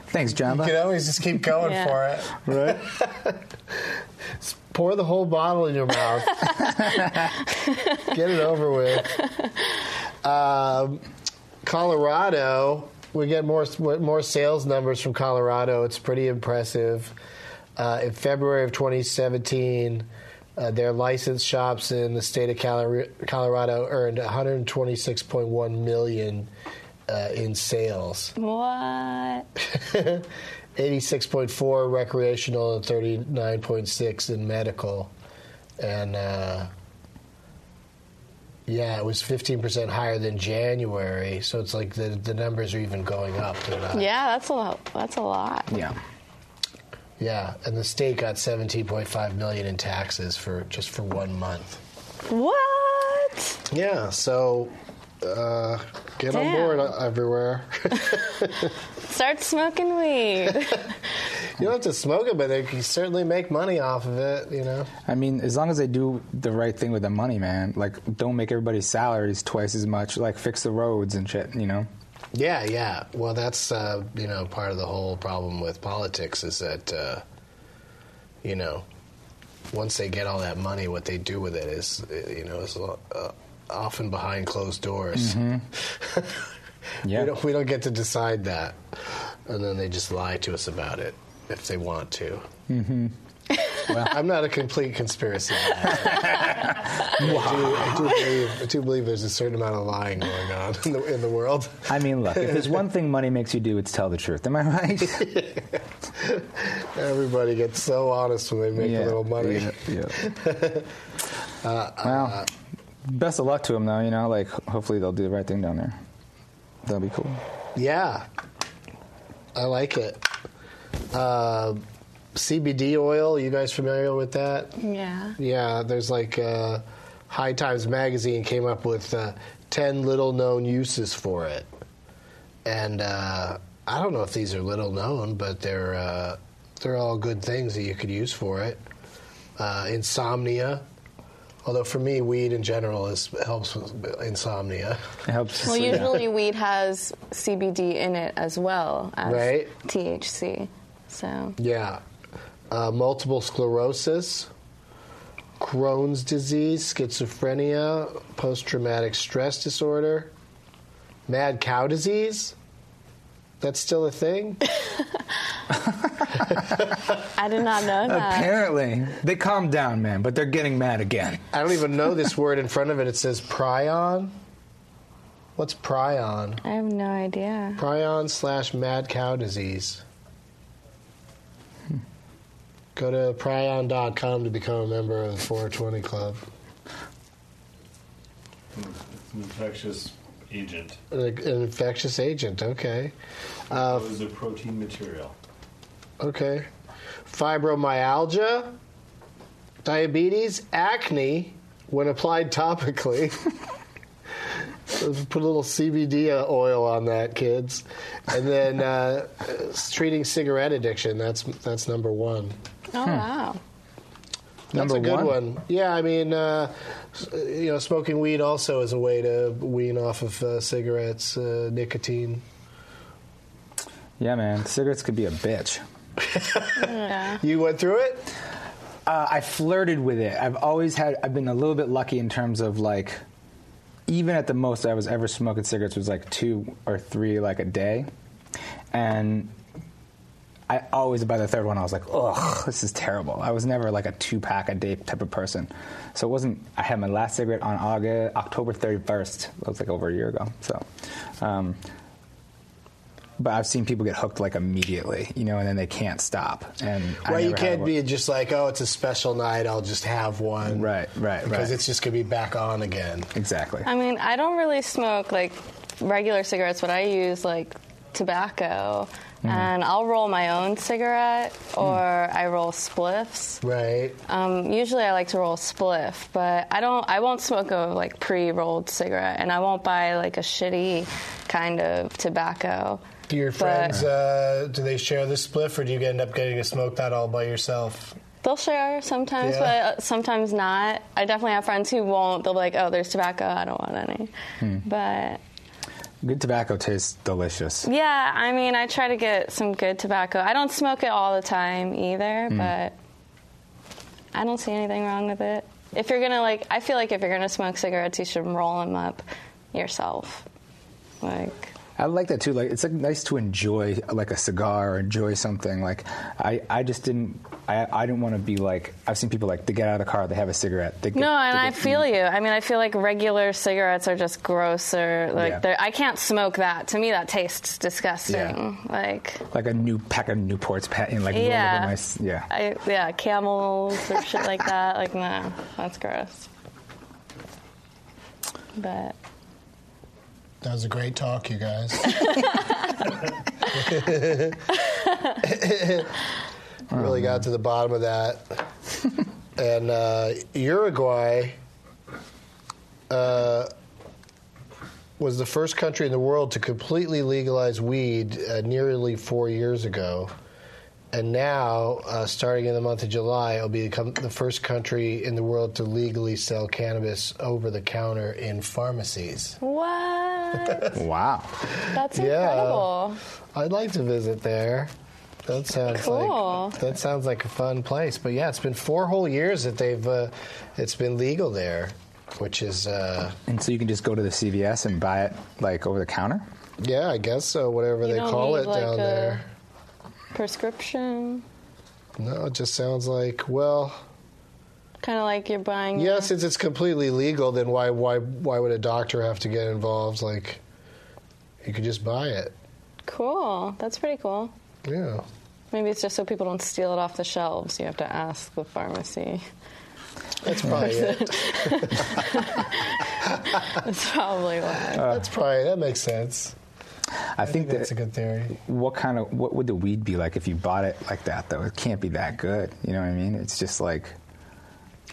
Speaker 3: Thanks,
Speaker 1: You can
Speaker 3: Jamba.
Speaker 1: always just keep going
Speaker 2: Yeah.
Speaker 1: for it.
Speaker 3: Right?
Speaker 1: Pour the whole bottle in your mouth. Get it over with. Um, Colorado, we get more more sales numbers from Colorado. It's pretty impressive. uh, in February of 2017. Uh, their licensed shops in the state of Cali- Colorado earned 126.1 million uh, in sales.
Speaker 2: What?
Speaker 1: 86.4 recreational and 39.6 in medical. And uh, yeah, it was 15% higher than January. So it's like the, the numbers are even going up. They're not-
Speaker 2: Yeah, that's a lot. That's a lot.
Speaker 3: Yeah.
Speaker 1: Yeah, and the state got 17.5 million in taxes for just for one month.
Speaker 2: What?
Speaker 1: Yeah, so uh, get on
Speaker 2: Damn.
Speaker 1: board uh, everywhere. [laughs]
Speaker 2: Start smoking weed.
Speaker 1: you don't have to smoke it, but they can certainly make money off of it. You know.
Speaker 3: I mean, as long as they do the right thing with the money, man. Like, don't make everybody's salaries twice as much. Like, fix the roads and shit. You know.
Speaker 1: Yeah, yeah. Well, that's uh, you know part of the whole problem with politics is that uh, you know once they get all that money, what they do with it is uh, you know is uh, often behind closed doors.
Speaker 3: Yeah.
Speaker 1: We don't we don't get to decide that, and then they just lie to us about it if they want to. Mm-hmm. I'm not a complete conspiracy guy. I, do, I do believe, I do believe there's a certain amount of lying going on in the, in the world.
Speaker 3: I mean, look, if
Speaker 1: [laughs]
Speaker 3: there's one thing money makes you do, it's tell the truth. Am I right?
Speaker 1: Everybody gets so honest when they make a little money.
Speaker 3: Yeah. [laughs] yeah. Uh, well, best of luck to them, though. You know, like hopefully they'll do the right thing down there. That'll be cool.
Speaker 1: Yeah, I like it. Uh, CBD oil, you guys familiar with that?
Speaker 2: [laughs] yeah.
Speaker 1: Yeah, there's like uh, High Times magazine came up with uh, 10 little known uses for it. And uh, I don't know if these are little known, but they're, uh, they're all good things that you could use for it. Uh, insomnia. Although for me, weed in general is, helps with insomnia.
Speaker 3: It helps.
Speaker 2: Well,
Speaker 3: yeah.
Speaker 2: usually weed has CBD in it as well as
Speaker 1: Right.
Speaker 2: THC. So
Speaker 1: Yeah. Uh, multiple sclerosis, Crohn's disease, schizophrenia, post traumatic stress disorder, mad cow disease. That's still a thing?
Speaker 2: I did not know that.
Speaker 3: Apparently, they calmed down, man, but they're getting mad again.
Speaker 1: I don't even know this word in front of it. It says prion. What's prion?
Speaker 2: I have no idea.
Speaker 1: Prion slash mad cow disease. Go to prion.com to become a member of the 420 Club.
Speaker 4: It's an [laughs] infectious agent.
Speaker 1: An, an infectious agent, okay.
Speaker 4: it was a protein material.
Speaker 1: Okay. Fibromyalgia, diabetes, acne when applied topically. [laughs] Let's Put a little CBD oil on that, kids, and then uh, s- treating cigarette addiction. That's that's number one.
Speaker 2: Oh wow.
Speaker 1: That's
Speaker 3: Number
Speaker 1: a good
Speaker 3: one?
Speaker 1: one. Yeah, I mean, uh, s- you know, smoking weed also is a way to wean off of uh, cigarettes, uh, nicotine.
Speaker 3: Yeah, man, cigarettes could be a bitch.
Speaker 2: Yeah.
Speaker 1: You went through it.
Speaker 3: Uh, I flirted with it. I've always had. I've been a little bit lucky in terms of like, even at the most I was ever smoking cigarettes was like two or three like a day, and I always by the third one I was like, ugh, this is terrible. I was never like a two pack a day type of person, so it wasn't. I had my last cigarette on August October thirty first. That was like over a year ago. So. Um, but I've seen people get hooked like immediately, you know, and then they can't stop. And I
Speaker 1: Right, you
Speaker 3: never had
Speaker 1: can't
Speaker 3: one.
Speaker 1: be just like, oh, it's a special night. I'll just have one.
Speaker 3: Right, right,
Speaker 1: because
Speaker 3: right.
Speaker 1: it's just gonna be back on again.
Speaker 3: exactly.
Speaker 2: I mean, I don't really smoke like regular cigarettes, but I use like tobacco, and I'll roll my own cigarette or I roll spliffs.
Speaker 1: Right.
Speaker 2: Um, usually, I like to roll spliff, but I don't. I won't smoke a like pre-rolled cigarette, and I won't buy like a shitty kind of tobacco.
Speaker 1: Do your
Speaker 2: But-
Speaker 1: friends uh, do they share the spliff, or do you end up getting to smoke that all by yourself?
Speaker 2: They'll share sometimes,
Speaker 1: Yeah.
Speaker 2: but uh, sometimes not. I definitely have friends who won't. They'll be like, "Oh, there's tobacco. I don't want any." But
Speaker 3: Good tobacco tastes delicious.
Speaker 2: yeah, I mean, I try to get some good tobacco. I don't smoke it all the time either,
Speaker 3: Hmm.
Speaker 2: but I don't see anything wrong with it. If you're gonna like, I feel like if you're gonna smoke cigarettes, you should roll them up yourself. Like,
Speaker 3: I like that too. Like it's like nice to enjoy like a cigar or enjoy something. Like I, I just didn't. I, I didn't want to be like. I've seen people like they get out of the car, they have a cigarette. They get,
Speaker 2: No, and
Speaker 3: they
Speaker 2: I
Speaker 3: get-
Speaker 2: feel you. I mean, I feel like regular cigarettes are just grosser. Like,
Speaker 3: Yeah.
Speaker 2: they're I can't smoke that. To me, that tastes disgusting. Like,
Speaker 3: like a new pack of Newports pat and like roll over
Speaker 2: Yeah.
Speaker 3: my s- yeah.
Speaker 2: I yeah, camels or shit like that. Like, no, that's gross. But
Speaker 1: That was a great talk, you guys. [laughs] really got to the bottom of that. and uh, Uruguay uh, was the first country in the world to completely legalize weed uh, nearly four years ago. And now, uh, starting in the month of July, it'll become the first country in the world to legally sell cannabis over the counter in pharmacies.
Speaker 3: [laughs]
Speaker 2: what?
Speaker 3: Wow.
Speaker 2: That's
Speaker 1: Yeah.
Speaker 2: incredible.
Speaker 1: I'd like to visit there. That sounds
Speaker 2: Cool.
Speaker 1: like that sounds like a fun place. But yeah, it's been four whole years that they've uh, it's been legal there, which is uh,
Speaker 3: And so you can just go to the CVS and buy it like over the counter.
Speaker 1: yeah, I guess so. Whatever
Speaker 2: You
Speaker 1: they
Speaker 2: don't
Speaker 1: call
Speaker 2: need,
Speaker 1: it
Speaker 2: like,
Speaker 1: down
Speaker 2: a-
Speaker 1: there.
Speaker 2: Prescription,
Speaker 1: No, it just sounds like well,
Speaker 2: kind of like you're buying.
Speaker 1: yeah. Since it's completely legal, then why why why would a doctor have to get involved? Like, you could just buy it.
Speaker 2: Cool. That's pretty cool.
Speaker 1: Yeah.
Speaker 2: Maybe it's just so people don't steal it off the shelves. You have to ask the pharmacy. [laughs]
Speaker 1: That's probably
Speaker 3: [laughs]
Speaker 1: it.
Speaker 2: That's probably why.
Speaker 1: That's probably that makes sense.
Speaker 3: I,
Speaker 1: I
Speaker 3: think,
Speaker 1: think that's a
Speaker 3: that
Speaker 1: good theory.
Speaker 3: what kind of what would the weed be like if you bought it like that though? It can't be that good. You know what I mean? It's just like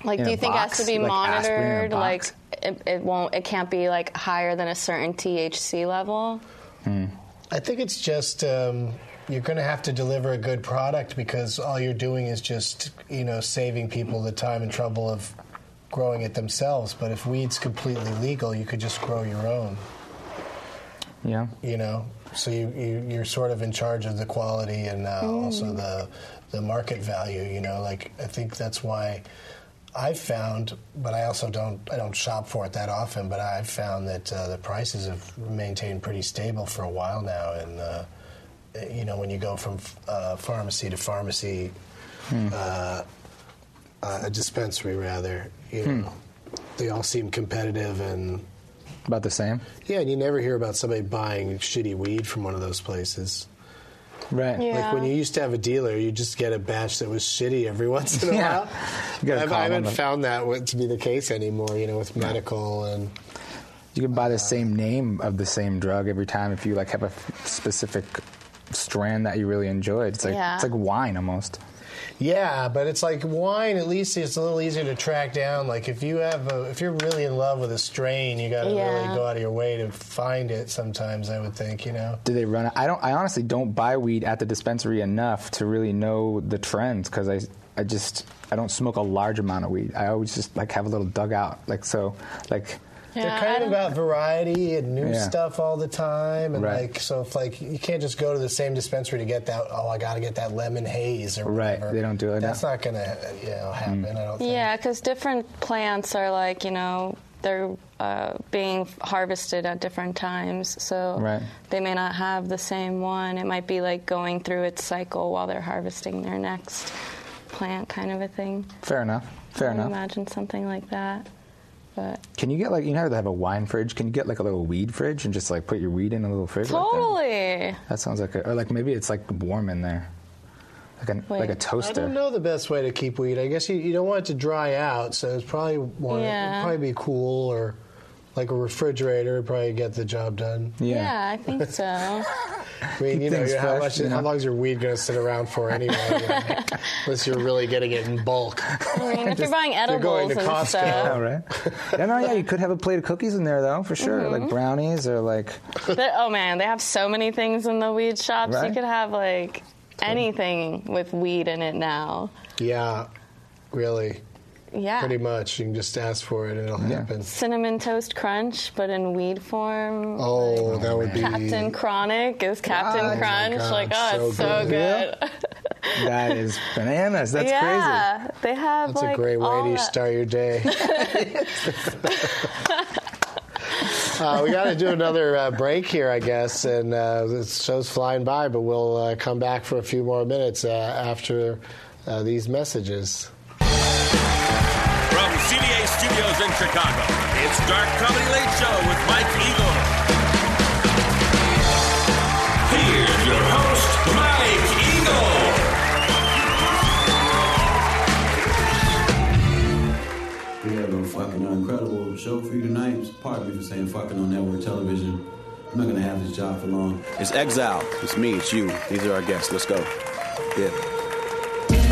Speaker 2: Like,
Speaker 3: in
Speaker 2: do
Speaker 3: a
Speaker 2: you think it has
Speaker 3: box,
Speaker 2: to be
Speaker 3: like aspirin in a
Speaker 2: monitored? Like,
Speaker 3: box?
Speaker 2: it, it won't. It can't be like higher than a certain THC level.
Speaker 1: I think it's just um, you're going to have to deliver a good product because all you're doing is just you know saving people the time and trouble of growing it themselves. But if weed's completely legal, you could just grow your own.
Speaker 3: yeah.
Speaker 1: You know, so you, you you're sort of in charge of the quality and uh, also the the market value. You know, like I think that's why. I've found, but I also don't. I don't shop for it that often. But I've found that uh, the prices have maintained pretty stable for a while now, and uh, you know when you go from uh, pharmacy to pharmacy, uh, uh, a dispensary rather, you know, they all seem competitive, and
Speaker 3: About the same.
Speaker 1: yeah, and you never hear about somebody buying shitty weed from one of those places.
Speaker 3: Right.
Speaker 2: Yeah.
Speaker 1: Like when you used to have a dealer, you just get a batch that was shitty every [laughs] once in a
Speaker 3: Yeah.
Speaker 1: while.
Speaker 3: You gotta
Speaker 1: I've-
Speaker 3: call
Speaker 1: I haven't
Speaker 3: them.
Speaker 1: found that w- to be the case anymore. You know, with medical and
Speaker 3: You can buy the same name of the same drug every time if you like have a f- specific strand that you really enjoyed. It's like
Speaker 2: Yeah.
Speaker 3: it's like wine almost.
Speaker 1: yeah, but it's like wine. At least it's a little easier to track down. Like if you have a, if you're really in love with a strain, you got to
Speaker 2: Yeah.
Speaker 1: really go out of your way to find it. Sometimes I would think, you know.
Speaker 3: Do they run? I don't. I honestly don't buy weed at the dispensary enough to really know the trends because I I just I don't smoke a large amount of weed. I always just like have a little dugout. Like so like
Speaker 2: Yeah,
Speaker 1: They're
Speaker 2: I
Speaker 1: kind of
Speaker 2: don't-
Speaker 1: about variety and new
Speaker 3: Yeah.
Speaker 1: stuff all the time, and
Speaker 3: Right.
Speaker 1: like so. If like you can't just go to the same dispensary to get that. Oh, I got to get that lemon haze or
Speaker 3: Right,
Speaker 1: whatever.
Speaker 3: they don't do it Hmm.
Speaker 1: That's
Speaker 3: now.
Speaker 1: not gonna you know happen. I don't. think.
Speaker 2: Yeah, because different plants are like you know they're uh, being harvested at different times, so
Speaker 3: Right.
Speaker 2: they may not have the same one. It might be like going through its cycle while they're harvesting their next plant, kind of a thing.
Speaker 3: fair enough. Fair
Speaker 2: I would
Speaker 3: enough.
Speaker 2: Imagine something like that. But
Speaker 3: Can you get like you know how they have a wine fridge? Can you get like a little weed fridge and just like put your weed in a little fridge? like that?
Speaker 2: totally.
Speaker 3: that sounds like a or like maybe it's like warm in there, like an, like a
Speaker 2: Wait.
Speaker 3: toaster.
Speaker 1: I don't know the best way to keep weed. I guess you, you don't want it to dry out, so it's probably want
Speaker 2: Yeah.
Speaker 1: it'd probably be cool or like a refrigerator would probably get the job done.
Speaker 2: yeah, I
Speaker 1: [laughs]
Speaker 2: think so.
Speaker 1: I mean, you know,
Speaker 3: things
Speaker 1: you're- how
Speaker 3: fresh,
Speaker 1: much
Speaker 3: you know.
Speaker 1: how long is your weed going to sit around for
Speaker 2: [laughs]
Speaker 1: anyway? you know, unless you're really getting it in bulk.
Speaker 2: I mean, if you're buying
Speaker 1: you're
Speaker 2: edibles
Speaker 1: going to
Speaker 2: and
Speaker 1: Costco.
Speaker 3: Yeah,
Speaker 2: stuff,
Speaker 3: right. yeah, no, yeah, you could have a plate of cookies in there though, for sure.
Speaker 2: Mm-hmm.
Speaker 3: Like brownies or like
Speaker 2: they- oh man, they have so many things in the weed shops.
Speaker 3: Right.
Speaker 2: You could have like anything with weed in it now.
Speaker 1: Yeah, really,
Speaker 2: [laughs] Yeah,
Speaker 1: pretty much. You can just ask for it and it'll
Speaker 3: Yeah.
Speaker 1: happen.
Speaker 2: cinnamon toast crunch, but in weed form.
Speaker 1: Oh, that would be
Speaker 2: Captain Chronic is Captain
Speaker 3: Oh my
Speaker 2: Crunch.
Speaker 1: God,
Speaker 2: like, oh,
Speaker 1: so
Speaker 2: it's so
Speaker 1: good.
Speaker 2: good. [laughs]
Speaker 3: that is bananas. That's
Speaker 2: yeah, they have
Speaker 1: That's
Speaker 2: like
Speaker 1: a great way
Speaker 2: all
Speaker 1: to
Speaker 2: that-
Speaker 1: start your day. [laughs] Uh, we got to do another uh, break here, I guess, and uh, the show's flying by, but we'll uh, come back for a few more minutes uh, after uh, these messages.
Speaker 7: From CBA Studios in Chicago, it's Dark Comedy Late Show with Mike Eagle. Here's your host, Mike Eagle.
Speaker 8: We have a fucking incredible show for you tonight. It's Pardon me for saying fucking on network television. I'm not gonna have this job for long.
Speaker 7: It's Exile. It's me, it's you. These are our guests. Let's go. Yeah.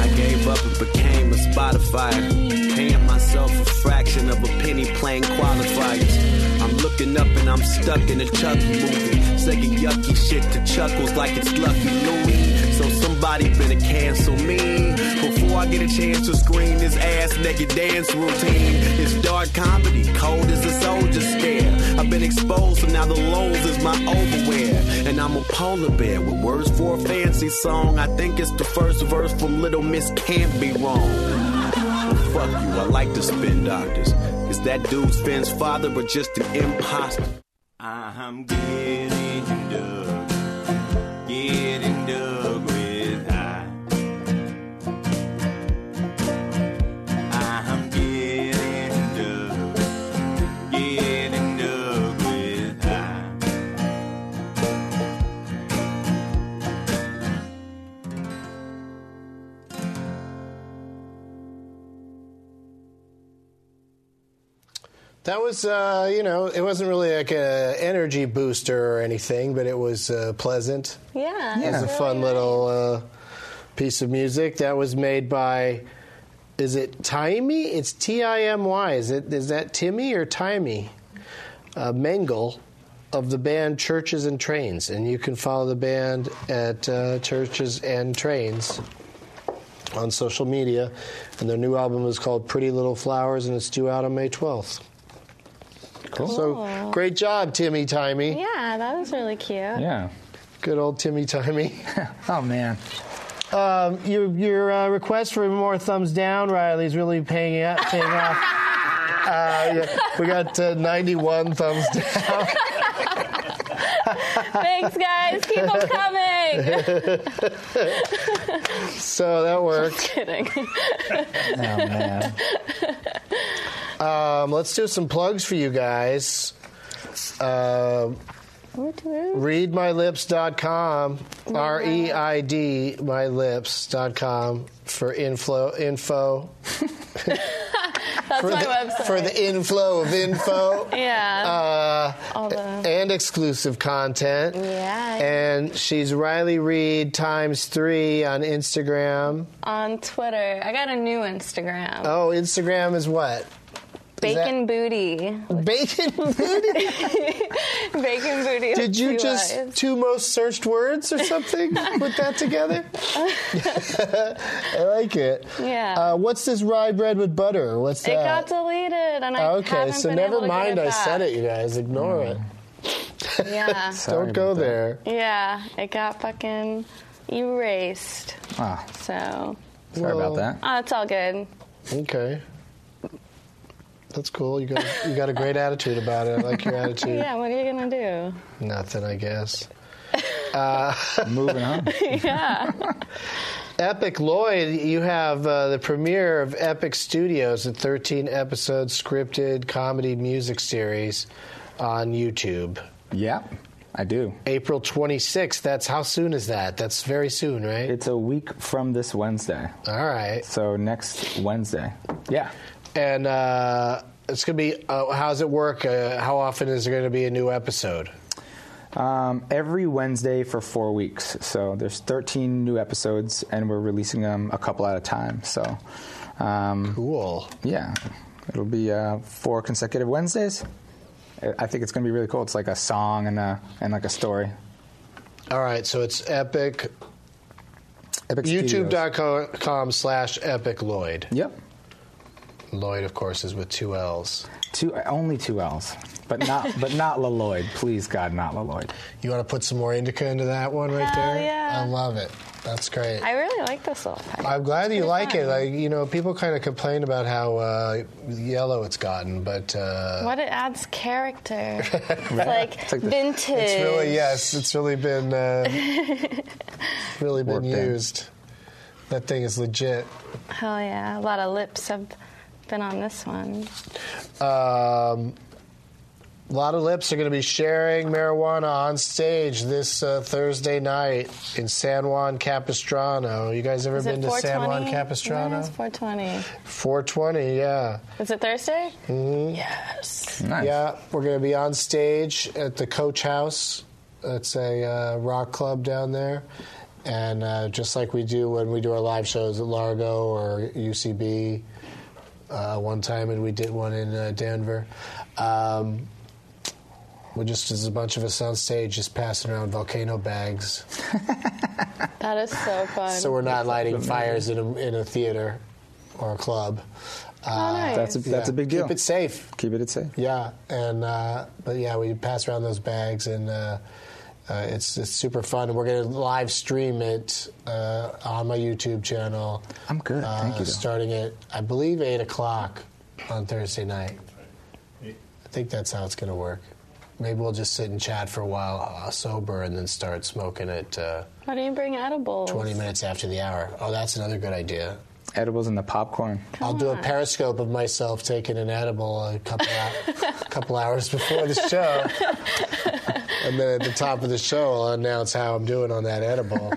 Speaker 9: I gave up and became a Spotify. Paying myself a fraction of a penny playing qualifiers. I'm looking up and I'm stuck in a Chucky movie. Saying yucky shit to chuckles like it's Lucky Louie. So somebody better cancel me before I get a chance to scream this ass naked dance routine. It's dark comedy, cold as a soldier stare. I've been exposed, so now the lows is my overwear. And I'm a polar bear with words for a fancy song. I think it's the first verse from Little Miss Can't Be Wrong. Well, fuck you, I like to spin doctors. Is that dude's Finn's father or just an imposter?
Speaker 10: I'm getting dug, getting dug with I. I'm getting dug, getting dug with I.
Speaker 1: That was, uh, you know, it wasn't really like a energy booster or anything, but it was uh, pleasant.
Speaker 2: Yeah.
Speaker 1: It was a fun little uh, piece of music that was made by. Is it Timey? It's T I M Y. Is it is that Timmy or Timey? Uh, Mengel of the band Churches and Trains, and you can follow the band at uh, Churches and Trains on social media. And their new album is called Pretty Little Flowers, and it's due out on May twelfth. Cool. So
Speaker 2: Cool.
Speaker 1: great job, Timmy Timey.
Speaker 2: Yeah, that was really cute.
Speaker 1: Yeah. Good old Timmy [laughs] Timey.
Speaker 3: oh, man.
Speaker 1: Um, your your uh, request for more thumbs down, Riley's really paying, out, paying off. Uh, yeah, we got uh, 91 thumbs down. [laughs]
Speaker 2: Thanks, guys.
Speaker 1: [laughs]
Speaker 2: Keep 'em coming.
Speaker 1: so that
Speaker 2: Just
Speaker 1: worked.
Speaker 2: kidding.
Speaker 3: Oh,
Speaker 2: [laughs]
Speaker 1: Um, let's do some plugs for you guys. Uh, readmylips.com, R E I D, mylips.com for info. info.
Speaker 2: That's
Speaker 1: for
Speaker 2: my
Speaker 1: the,
Speaker 2: website.
Speaker 1: For the inflow of info.
Speaker 2: Yeah. All the-
Speaker 1: Uh, and exclusive content.
Speaker 2: Yeah.
Speaker 1: And she's Riley Reed times three on Instagram.
Speaker 2: On Twitter, I got a new Instagram.
Speaker 1: uh, Oh, Instagram is what?
Speaker 2: Bacon booty. [laughs]
Speaker 1: Bacon booty.
Speaker 2: Bacon booty. with
Speaker 1: Did you
Speaker 2: two
Speaker 1: just
Speaker 2: eyes.
Speaker 1: two most searched words or
Speaker 2: [laughs]
Speaker 1: something? Put that together. I like it.
Speaker 2: Yeah.
Speaker 1: Uh, what's this rye bread with butter? What's
Speaker 2: it
Speaker 1: that?
Speaker 2: got deleted, and I
Speaker 1: okay,
Speaker 2: haven't
Speaker 1: so
Speaker 2: been
Speaker 1: never
Speaker 2: able to get
Speaker 1: mind.
Speaker 2: it
Speaker 1: I
Speaker 2: back.
Speaker 1: said it, you guys. Ignore it. [laughs]
Speaker 2: Yeah.
Speaker 1: Don't go there.
Speaker 2: Yeah, it got fucking erased.
Speaker 3: Ah,
Speaker 2: So,
Speaker 3: sorry about that.
Speaker 2: oh, it's all good.
Speaker 1: Okay. That's cool. You got you got a great attitude about it. I like your attitude.
Speaker 2: [laughs] Yeah, what are you gonna
Speaker 1: Nothing, I guess. Uh,
Speaker 2: [laughs]
Speaker 3: Moving on.
Speaker 2: do? yeah.
Speaker 1: Epic Lloyd, you have uh, the premiere of Epic Studios, a 13 episode scripted comedy music series on YouTube.
Speaker 3: Yep, I do.
Speaker 1: April 26th. That's how soon is that? That's very soon, right?
Speaker 3: It's a week from this Wednesday.
Speaker 1: All right.
Speaker 3: So next Wednesday. Yeah.
Speaker 1: And uh, it's going to be, uh, how's it work? Uh, how often is there going to be a new episode?
Speaker 3: Um, every Wednesday for four weeks. So there's 13 new episodes, and we're releasing them a couple at a time. So um,
Speaker 1: cool.
Speaker 3: Yeah, it'll be uh, four consecutive Wednesdays. I- I think it's gonna be really cool. It's like a song and a, and like a story.
Speaker 1: All right, so it's Epic.
Speaker 3: Epic Studios.
Speaker 1: YouTube.com slash Epic Lloyd.
Speaker 3: Yep.
Speaker 1: Lloyd, of course, is with two L's.
Speaker 3: Two, only two L's, but not, but not Lloyd. Please, God, not Lloyd.
Speaker 1: You want to put some more indica into that one right
Speaker 2: Hell
Speaker 1: there?
Speaker 2: yeah.
Speaker 1: I love it. That's great.
Speaker 2: I really like this little pack.
Speaker 1: I'm glad you
Speaker 2: Pretty
Speaker 1: like it.
Speaker 2: fun.
Speaker 1: Like you know, people kind of complain about how uh, yellow it's gotten, but uh,
Speaker 2: What it adds
Speaker 1: [laughs]
Speaker 2: character. It's
Speaker 1: Right.
Speaker 2: like,
Speaker 1: It's like the-
Speaker 2: vintage.
Speaker 1: It's really yes. It's really been
Speaker 2: [laughs]
Speaker 1: uh, really been
Speaker 3: Worked in.
Speaker 1: used. That thing is legit.
Speaker 2: Hell yeah. A lot of lips have been on this one.
Speaker 1: Um, a lot of lips are going to be sharing marijuana on stage this uh, Thursday night in San Juan Capistrano. You guys ever
Speaker 2: Is
Speaker 1: been
Speaker 2: it
Speaker 1: to San Juan
Speaker 2: 420?
Speaker 1: Capistrano?
Speaker 2: Yeah, it's 420.
Speaker 1: 420, yeah.
Speaker 2: Is it Thursday?
Speaker 1: Mhm.
Speaker 2: Yes.
Speaker 1: Yeah, we're going to be on stage at the Coach House. That's a uh, rock club down there. And uh, just like we do when we do our live shows at Largo or UCB uh, one time, and we did one in uh, Denver, um, we're just there's a bunch of us on stage just passing around volcano bags.
Speaker 2: That is so fun.
Speaker 1: So we're not lighting fires in a, in a theater or a club. uh,
Speaker 2: nice. That's a-
Speaker 3: that's a big deal.
Speaker 1: Keep it safe.
Speaker 3: Keep it at safe.
Speaker 1: Yeah, and uh, but yeah, we pass around those bags, and uh, uh, it's it's super fun. We're gonna live stream it uh, on my YouTube channel.
Speaker 3: I'm good.
Speaker 1: Uh,
Speaker 3: Thank you, though.
Speaker 1: Starting at I believe eight o'clock on Thursday night. I think that's how it's gonna work. Maybe we'll just sit and chat for a while uh, sober, and then start smoking at uh,
Speaker 2: Why don't you bring edibles?
Speaker 1: twenty minutes after the hour. Oh, that's another good idea.
Speaker 3: Edibles and the popcorn.
Speaker 1: I'll do a periscope of myself taking an edible a couple
Speaker 2: [laughs]
Speaker 1: hou- couple hours before the show, and then at the top of the show, I'll announce how I'm doing on that edible.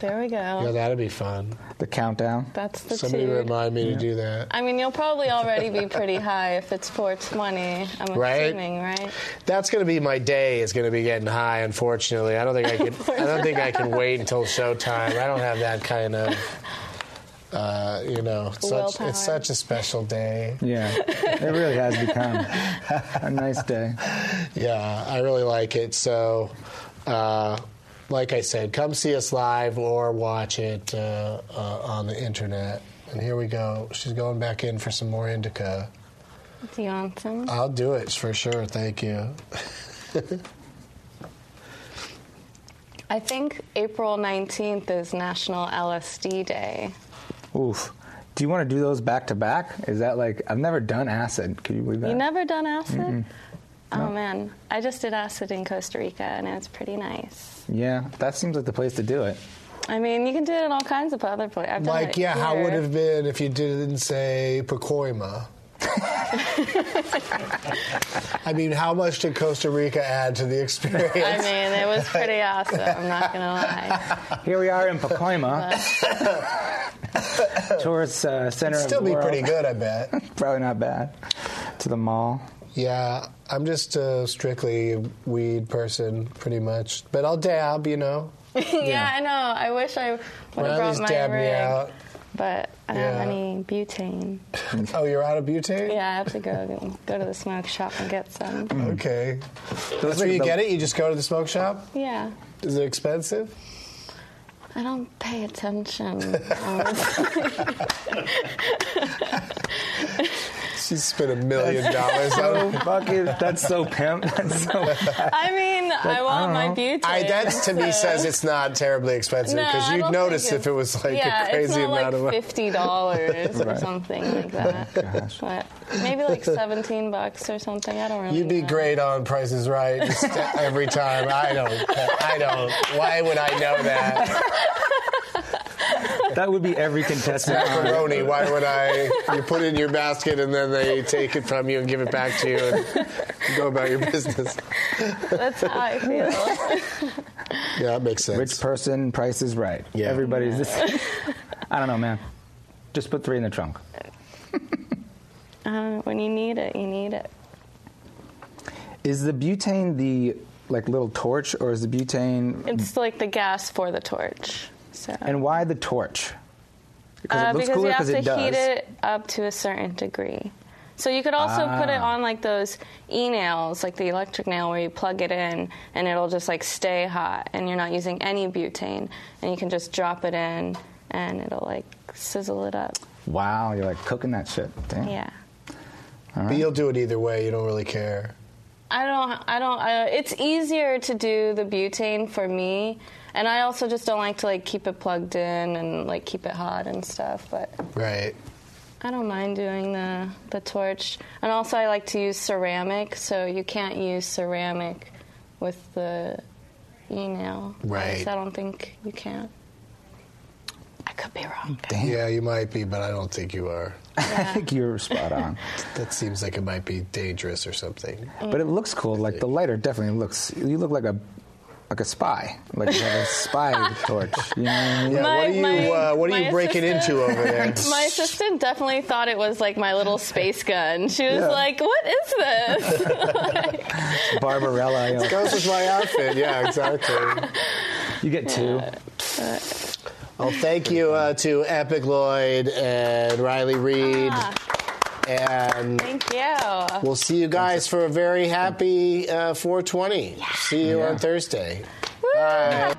Speaker 2: There we go.
Speaker 1: Yeah, that'd be fun.
Speaker 3: The countdown.
Speaker 2: That's the
Speaker 1: Somebody
Speaker 2: dude.
Speaker 1: remind me to do that.
Speaker 2: I mean, you'll probably already be pretty high if it's 420. I'm
Speaker 1: Right?
Speaker 2: assuming, right?
Speaker 1: That's going to be my day. Is going to be getting high. Unfortunately, I don't think I
Speaker 2: [laughs]
Speaker 1: can. I don't think I can wait until showtime. I don't have that kind of. Uh, you know, such,
Speaker 2: Willpower.
Speaker 1: it's such a special day.
Speaker 3: Yeah, it really has become a nice day.
Speaker 1: Yeah, I really like it. So, uh, like I said, come see us live or watch it uh, uh, on the internet. And here we go. She's going back in for some more indica.
Speaker 2: Do you want some?
Speaker 1: I'll do it for sure. Thank you.
Speaker 2: I think April 19th is National LSD Day.
Speaker 3: Oof. Do you want to do those back to back? Is that like I've never done acid? Can you believe that?
Speaker 2: You never done acid?
Speaker 3: Mm-mm.
Speaker 2: Oh man, I just did acid in Costa Rica and it was pretty nice.
Speaker 3: Yeah, that seems like the place to do it.
Speaker 2: I mean, you can do it in all kinds of other places. I've done
Speaker 1: Like,
Speaker 2: it
Speaker 1: yeah, how
Speaker 2: here.
Speaker 1: would it have been if you didn't say
Speaker 2: [laughs]
Speaker 1: Pacoima? I mean, how much did Costa Rica add to the experience?
Speaker 2: I mean,
Speaker 1: [laughs]
Speaker 2: it was pretty awesome. I'm not gonna lie.
Speaker 3: Here we are in Pacoima,
Speaker 2: [laughs]
Speaker 3: tourist uh, center.
Speaker 1: It'd still
Speaker 3: of the
Speaker 1: be
Speaker 3: world.
Speaker 1: pretty good, I bet.
Speaker 3: Probably not bad. To the mall.
Speaker 1: Yeah, I'm just a strictly weed person, pretty much. But I'll dab, you know.
Speaker 2: yeah, I know. I wish I would
Speaker 1: Well,
Speaker 2: have
Speaker 1: at
Speaker 2: brought
Speaker 1: least
Speaker 2: my
Speaker 1: dab me
Speaker 2: rig,
Speaker 1: out.
Speaker 2: but I don't have
Speaker 1: Yeah.
Speaker 2: any butane.
Speaker 1: Oh, you're out of butane?
Speaker 2: Yeah, I have to go go to the smoke shop and get some.
Speaker 1: Okay. That's
Speaker 3: Those
Speaker 1: where
Speaker 3: are
Speaker 1: you
Speaker 3: the-
Speaker 1: get it? You just go to the smoke shop?
Speaker 2: Yeah,
Speaker 1: Is it expensive?
Speaker 2: I don't pay attention. um, honestly.
Speaker 1: She spent a million dollars [laughs] on
Speaker 3: [laughs]
Speaker 1: it.
Speaker 3: fucking. That's so pimp. [laughs] That's so.
Speaker 2: I mean, I want my butane.
Speaker 1: I, that to me says it's not terribly expensive
Speaker 2: No,
Speaker 1: because
Speaker 2: I
Speaker 1: you'd
Speaker 2: don't
Speaker 1: notice
Speaker 2: think
Speaker 1: if it was like
Speaker 2: yeah,
Speaker 1: a crazy
Speaker 2: it's not
Speaker 1: amount
Speaker 2: like
Speaker 1: of money. [laughs]
Speaker 2: fifty dollars or
Speaker 1: Right. Oh,
Speaker 2: something like that. But maybe like seventeen bucks or something. I don't really.
Speaker 1: You'd be
Speaker 2: know.
Speaker 1: great on Price is Right just every time. I don't. I don't. Why would I know that?
Speaker 3: That would be every contestant. on it.
Speaker 1: Macaroni. Why would I? You put it in your basket and then they take it from you and give it back to you and you go about your business.
Speaker 2: That's how I feel.
Speaker 1: [laughs] Yeah, that makes sense.
Speaker 3: Rich person, price is right.
Speaker 1: Yeah.
Speaker 3: Everybody's
Speaker 1: [laughs]
Speaker 3: the same. I don't know, man. Just put three in the trunk.
Speaker 2: uh, when you need it, you need it.
Speaker 3: Is the butane the like little torch, or is the butane?
Speaker 2: It's like the gas for the torch. So.
Speaker 3: And why the torch? Because
Speaker 2: Uh,
Speaker 3: it looks
Speaker 2: because
Speaker 3: cooler
Speaker 2: you have
Speaker 3: because
Speaker 2: to
Speaker 3: it does.
Speaker 2: heat it up to a certain degree. So you could also put it
Speaker 3: Ah.
Speaker 2: on like those e-nails, like the electric nail, where you plug it in and it'll just like stay hot, and you're not using any butane, and you can just drop it in and it'll like sizzle it up.
Speaker 3: Wow, you're like cooking that shit. Damn.
Speaker 2: Yeah.
Speaker 1: But you'll do it either way. You don't really care.
Speaker 2: I don't. I don't. I, it's easier to do the butane for me, and I also just don't like to like keep it plugged in and like keep it hot and stuff. But
Speaker 1: Right.
Speaker 2: I don't mind doing the the torch. And also, I like to use ceramic, so you can't use ceramic with the e nail.
Speaker 1: Right.
Speaker 2: I don't think you can. I could be wrong.
Speaker 1: Yeah, you might be, but I don't think you are.
Speaker 3: I think [laughs] you're spot on.
Speaker 1: that seems like it might be dangerous or something.
Speaker 3: But it looks cool. Like the lighter definitely looks. You look like a like a spy. Like you have a spy torch. You know what I mean?
Speaker 1: Yeah, what are you uh, what are
Speaker 2: my
Speaker 1: you breaking
Speaker 2: assistant-
Speaker 1: into over there?
Speaker 2: [laughs] My assistant definitely thought it was like my
Speaker 1: [laughs]
Speaker 2: little space gun. She was
Speaker 1: Yeah.
Speaker 2: like, "What is this?"
Speaker 1: [laughs]
Speaker 3: Barbarella. you know.
Speaker 1: It goes with my outfit. Yeah, exactly.
Speaker 3: You get two.
Speaker 1: Well, thank you uh, to Epic Lloyd and Riley Reed. And
Speaker 2: Ah. Thank you.
Speaker 1: we'll see you guys for a very happy uh, 420. See you on Thursday. Bye.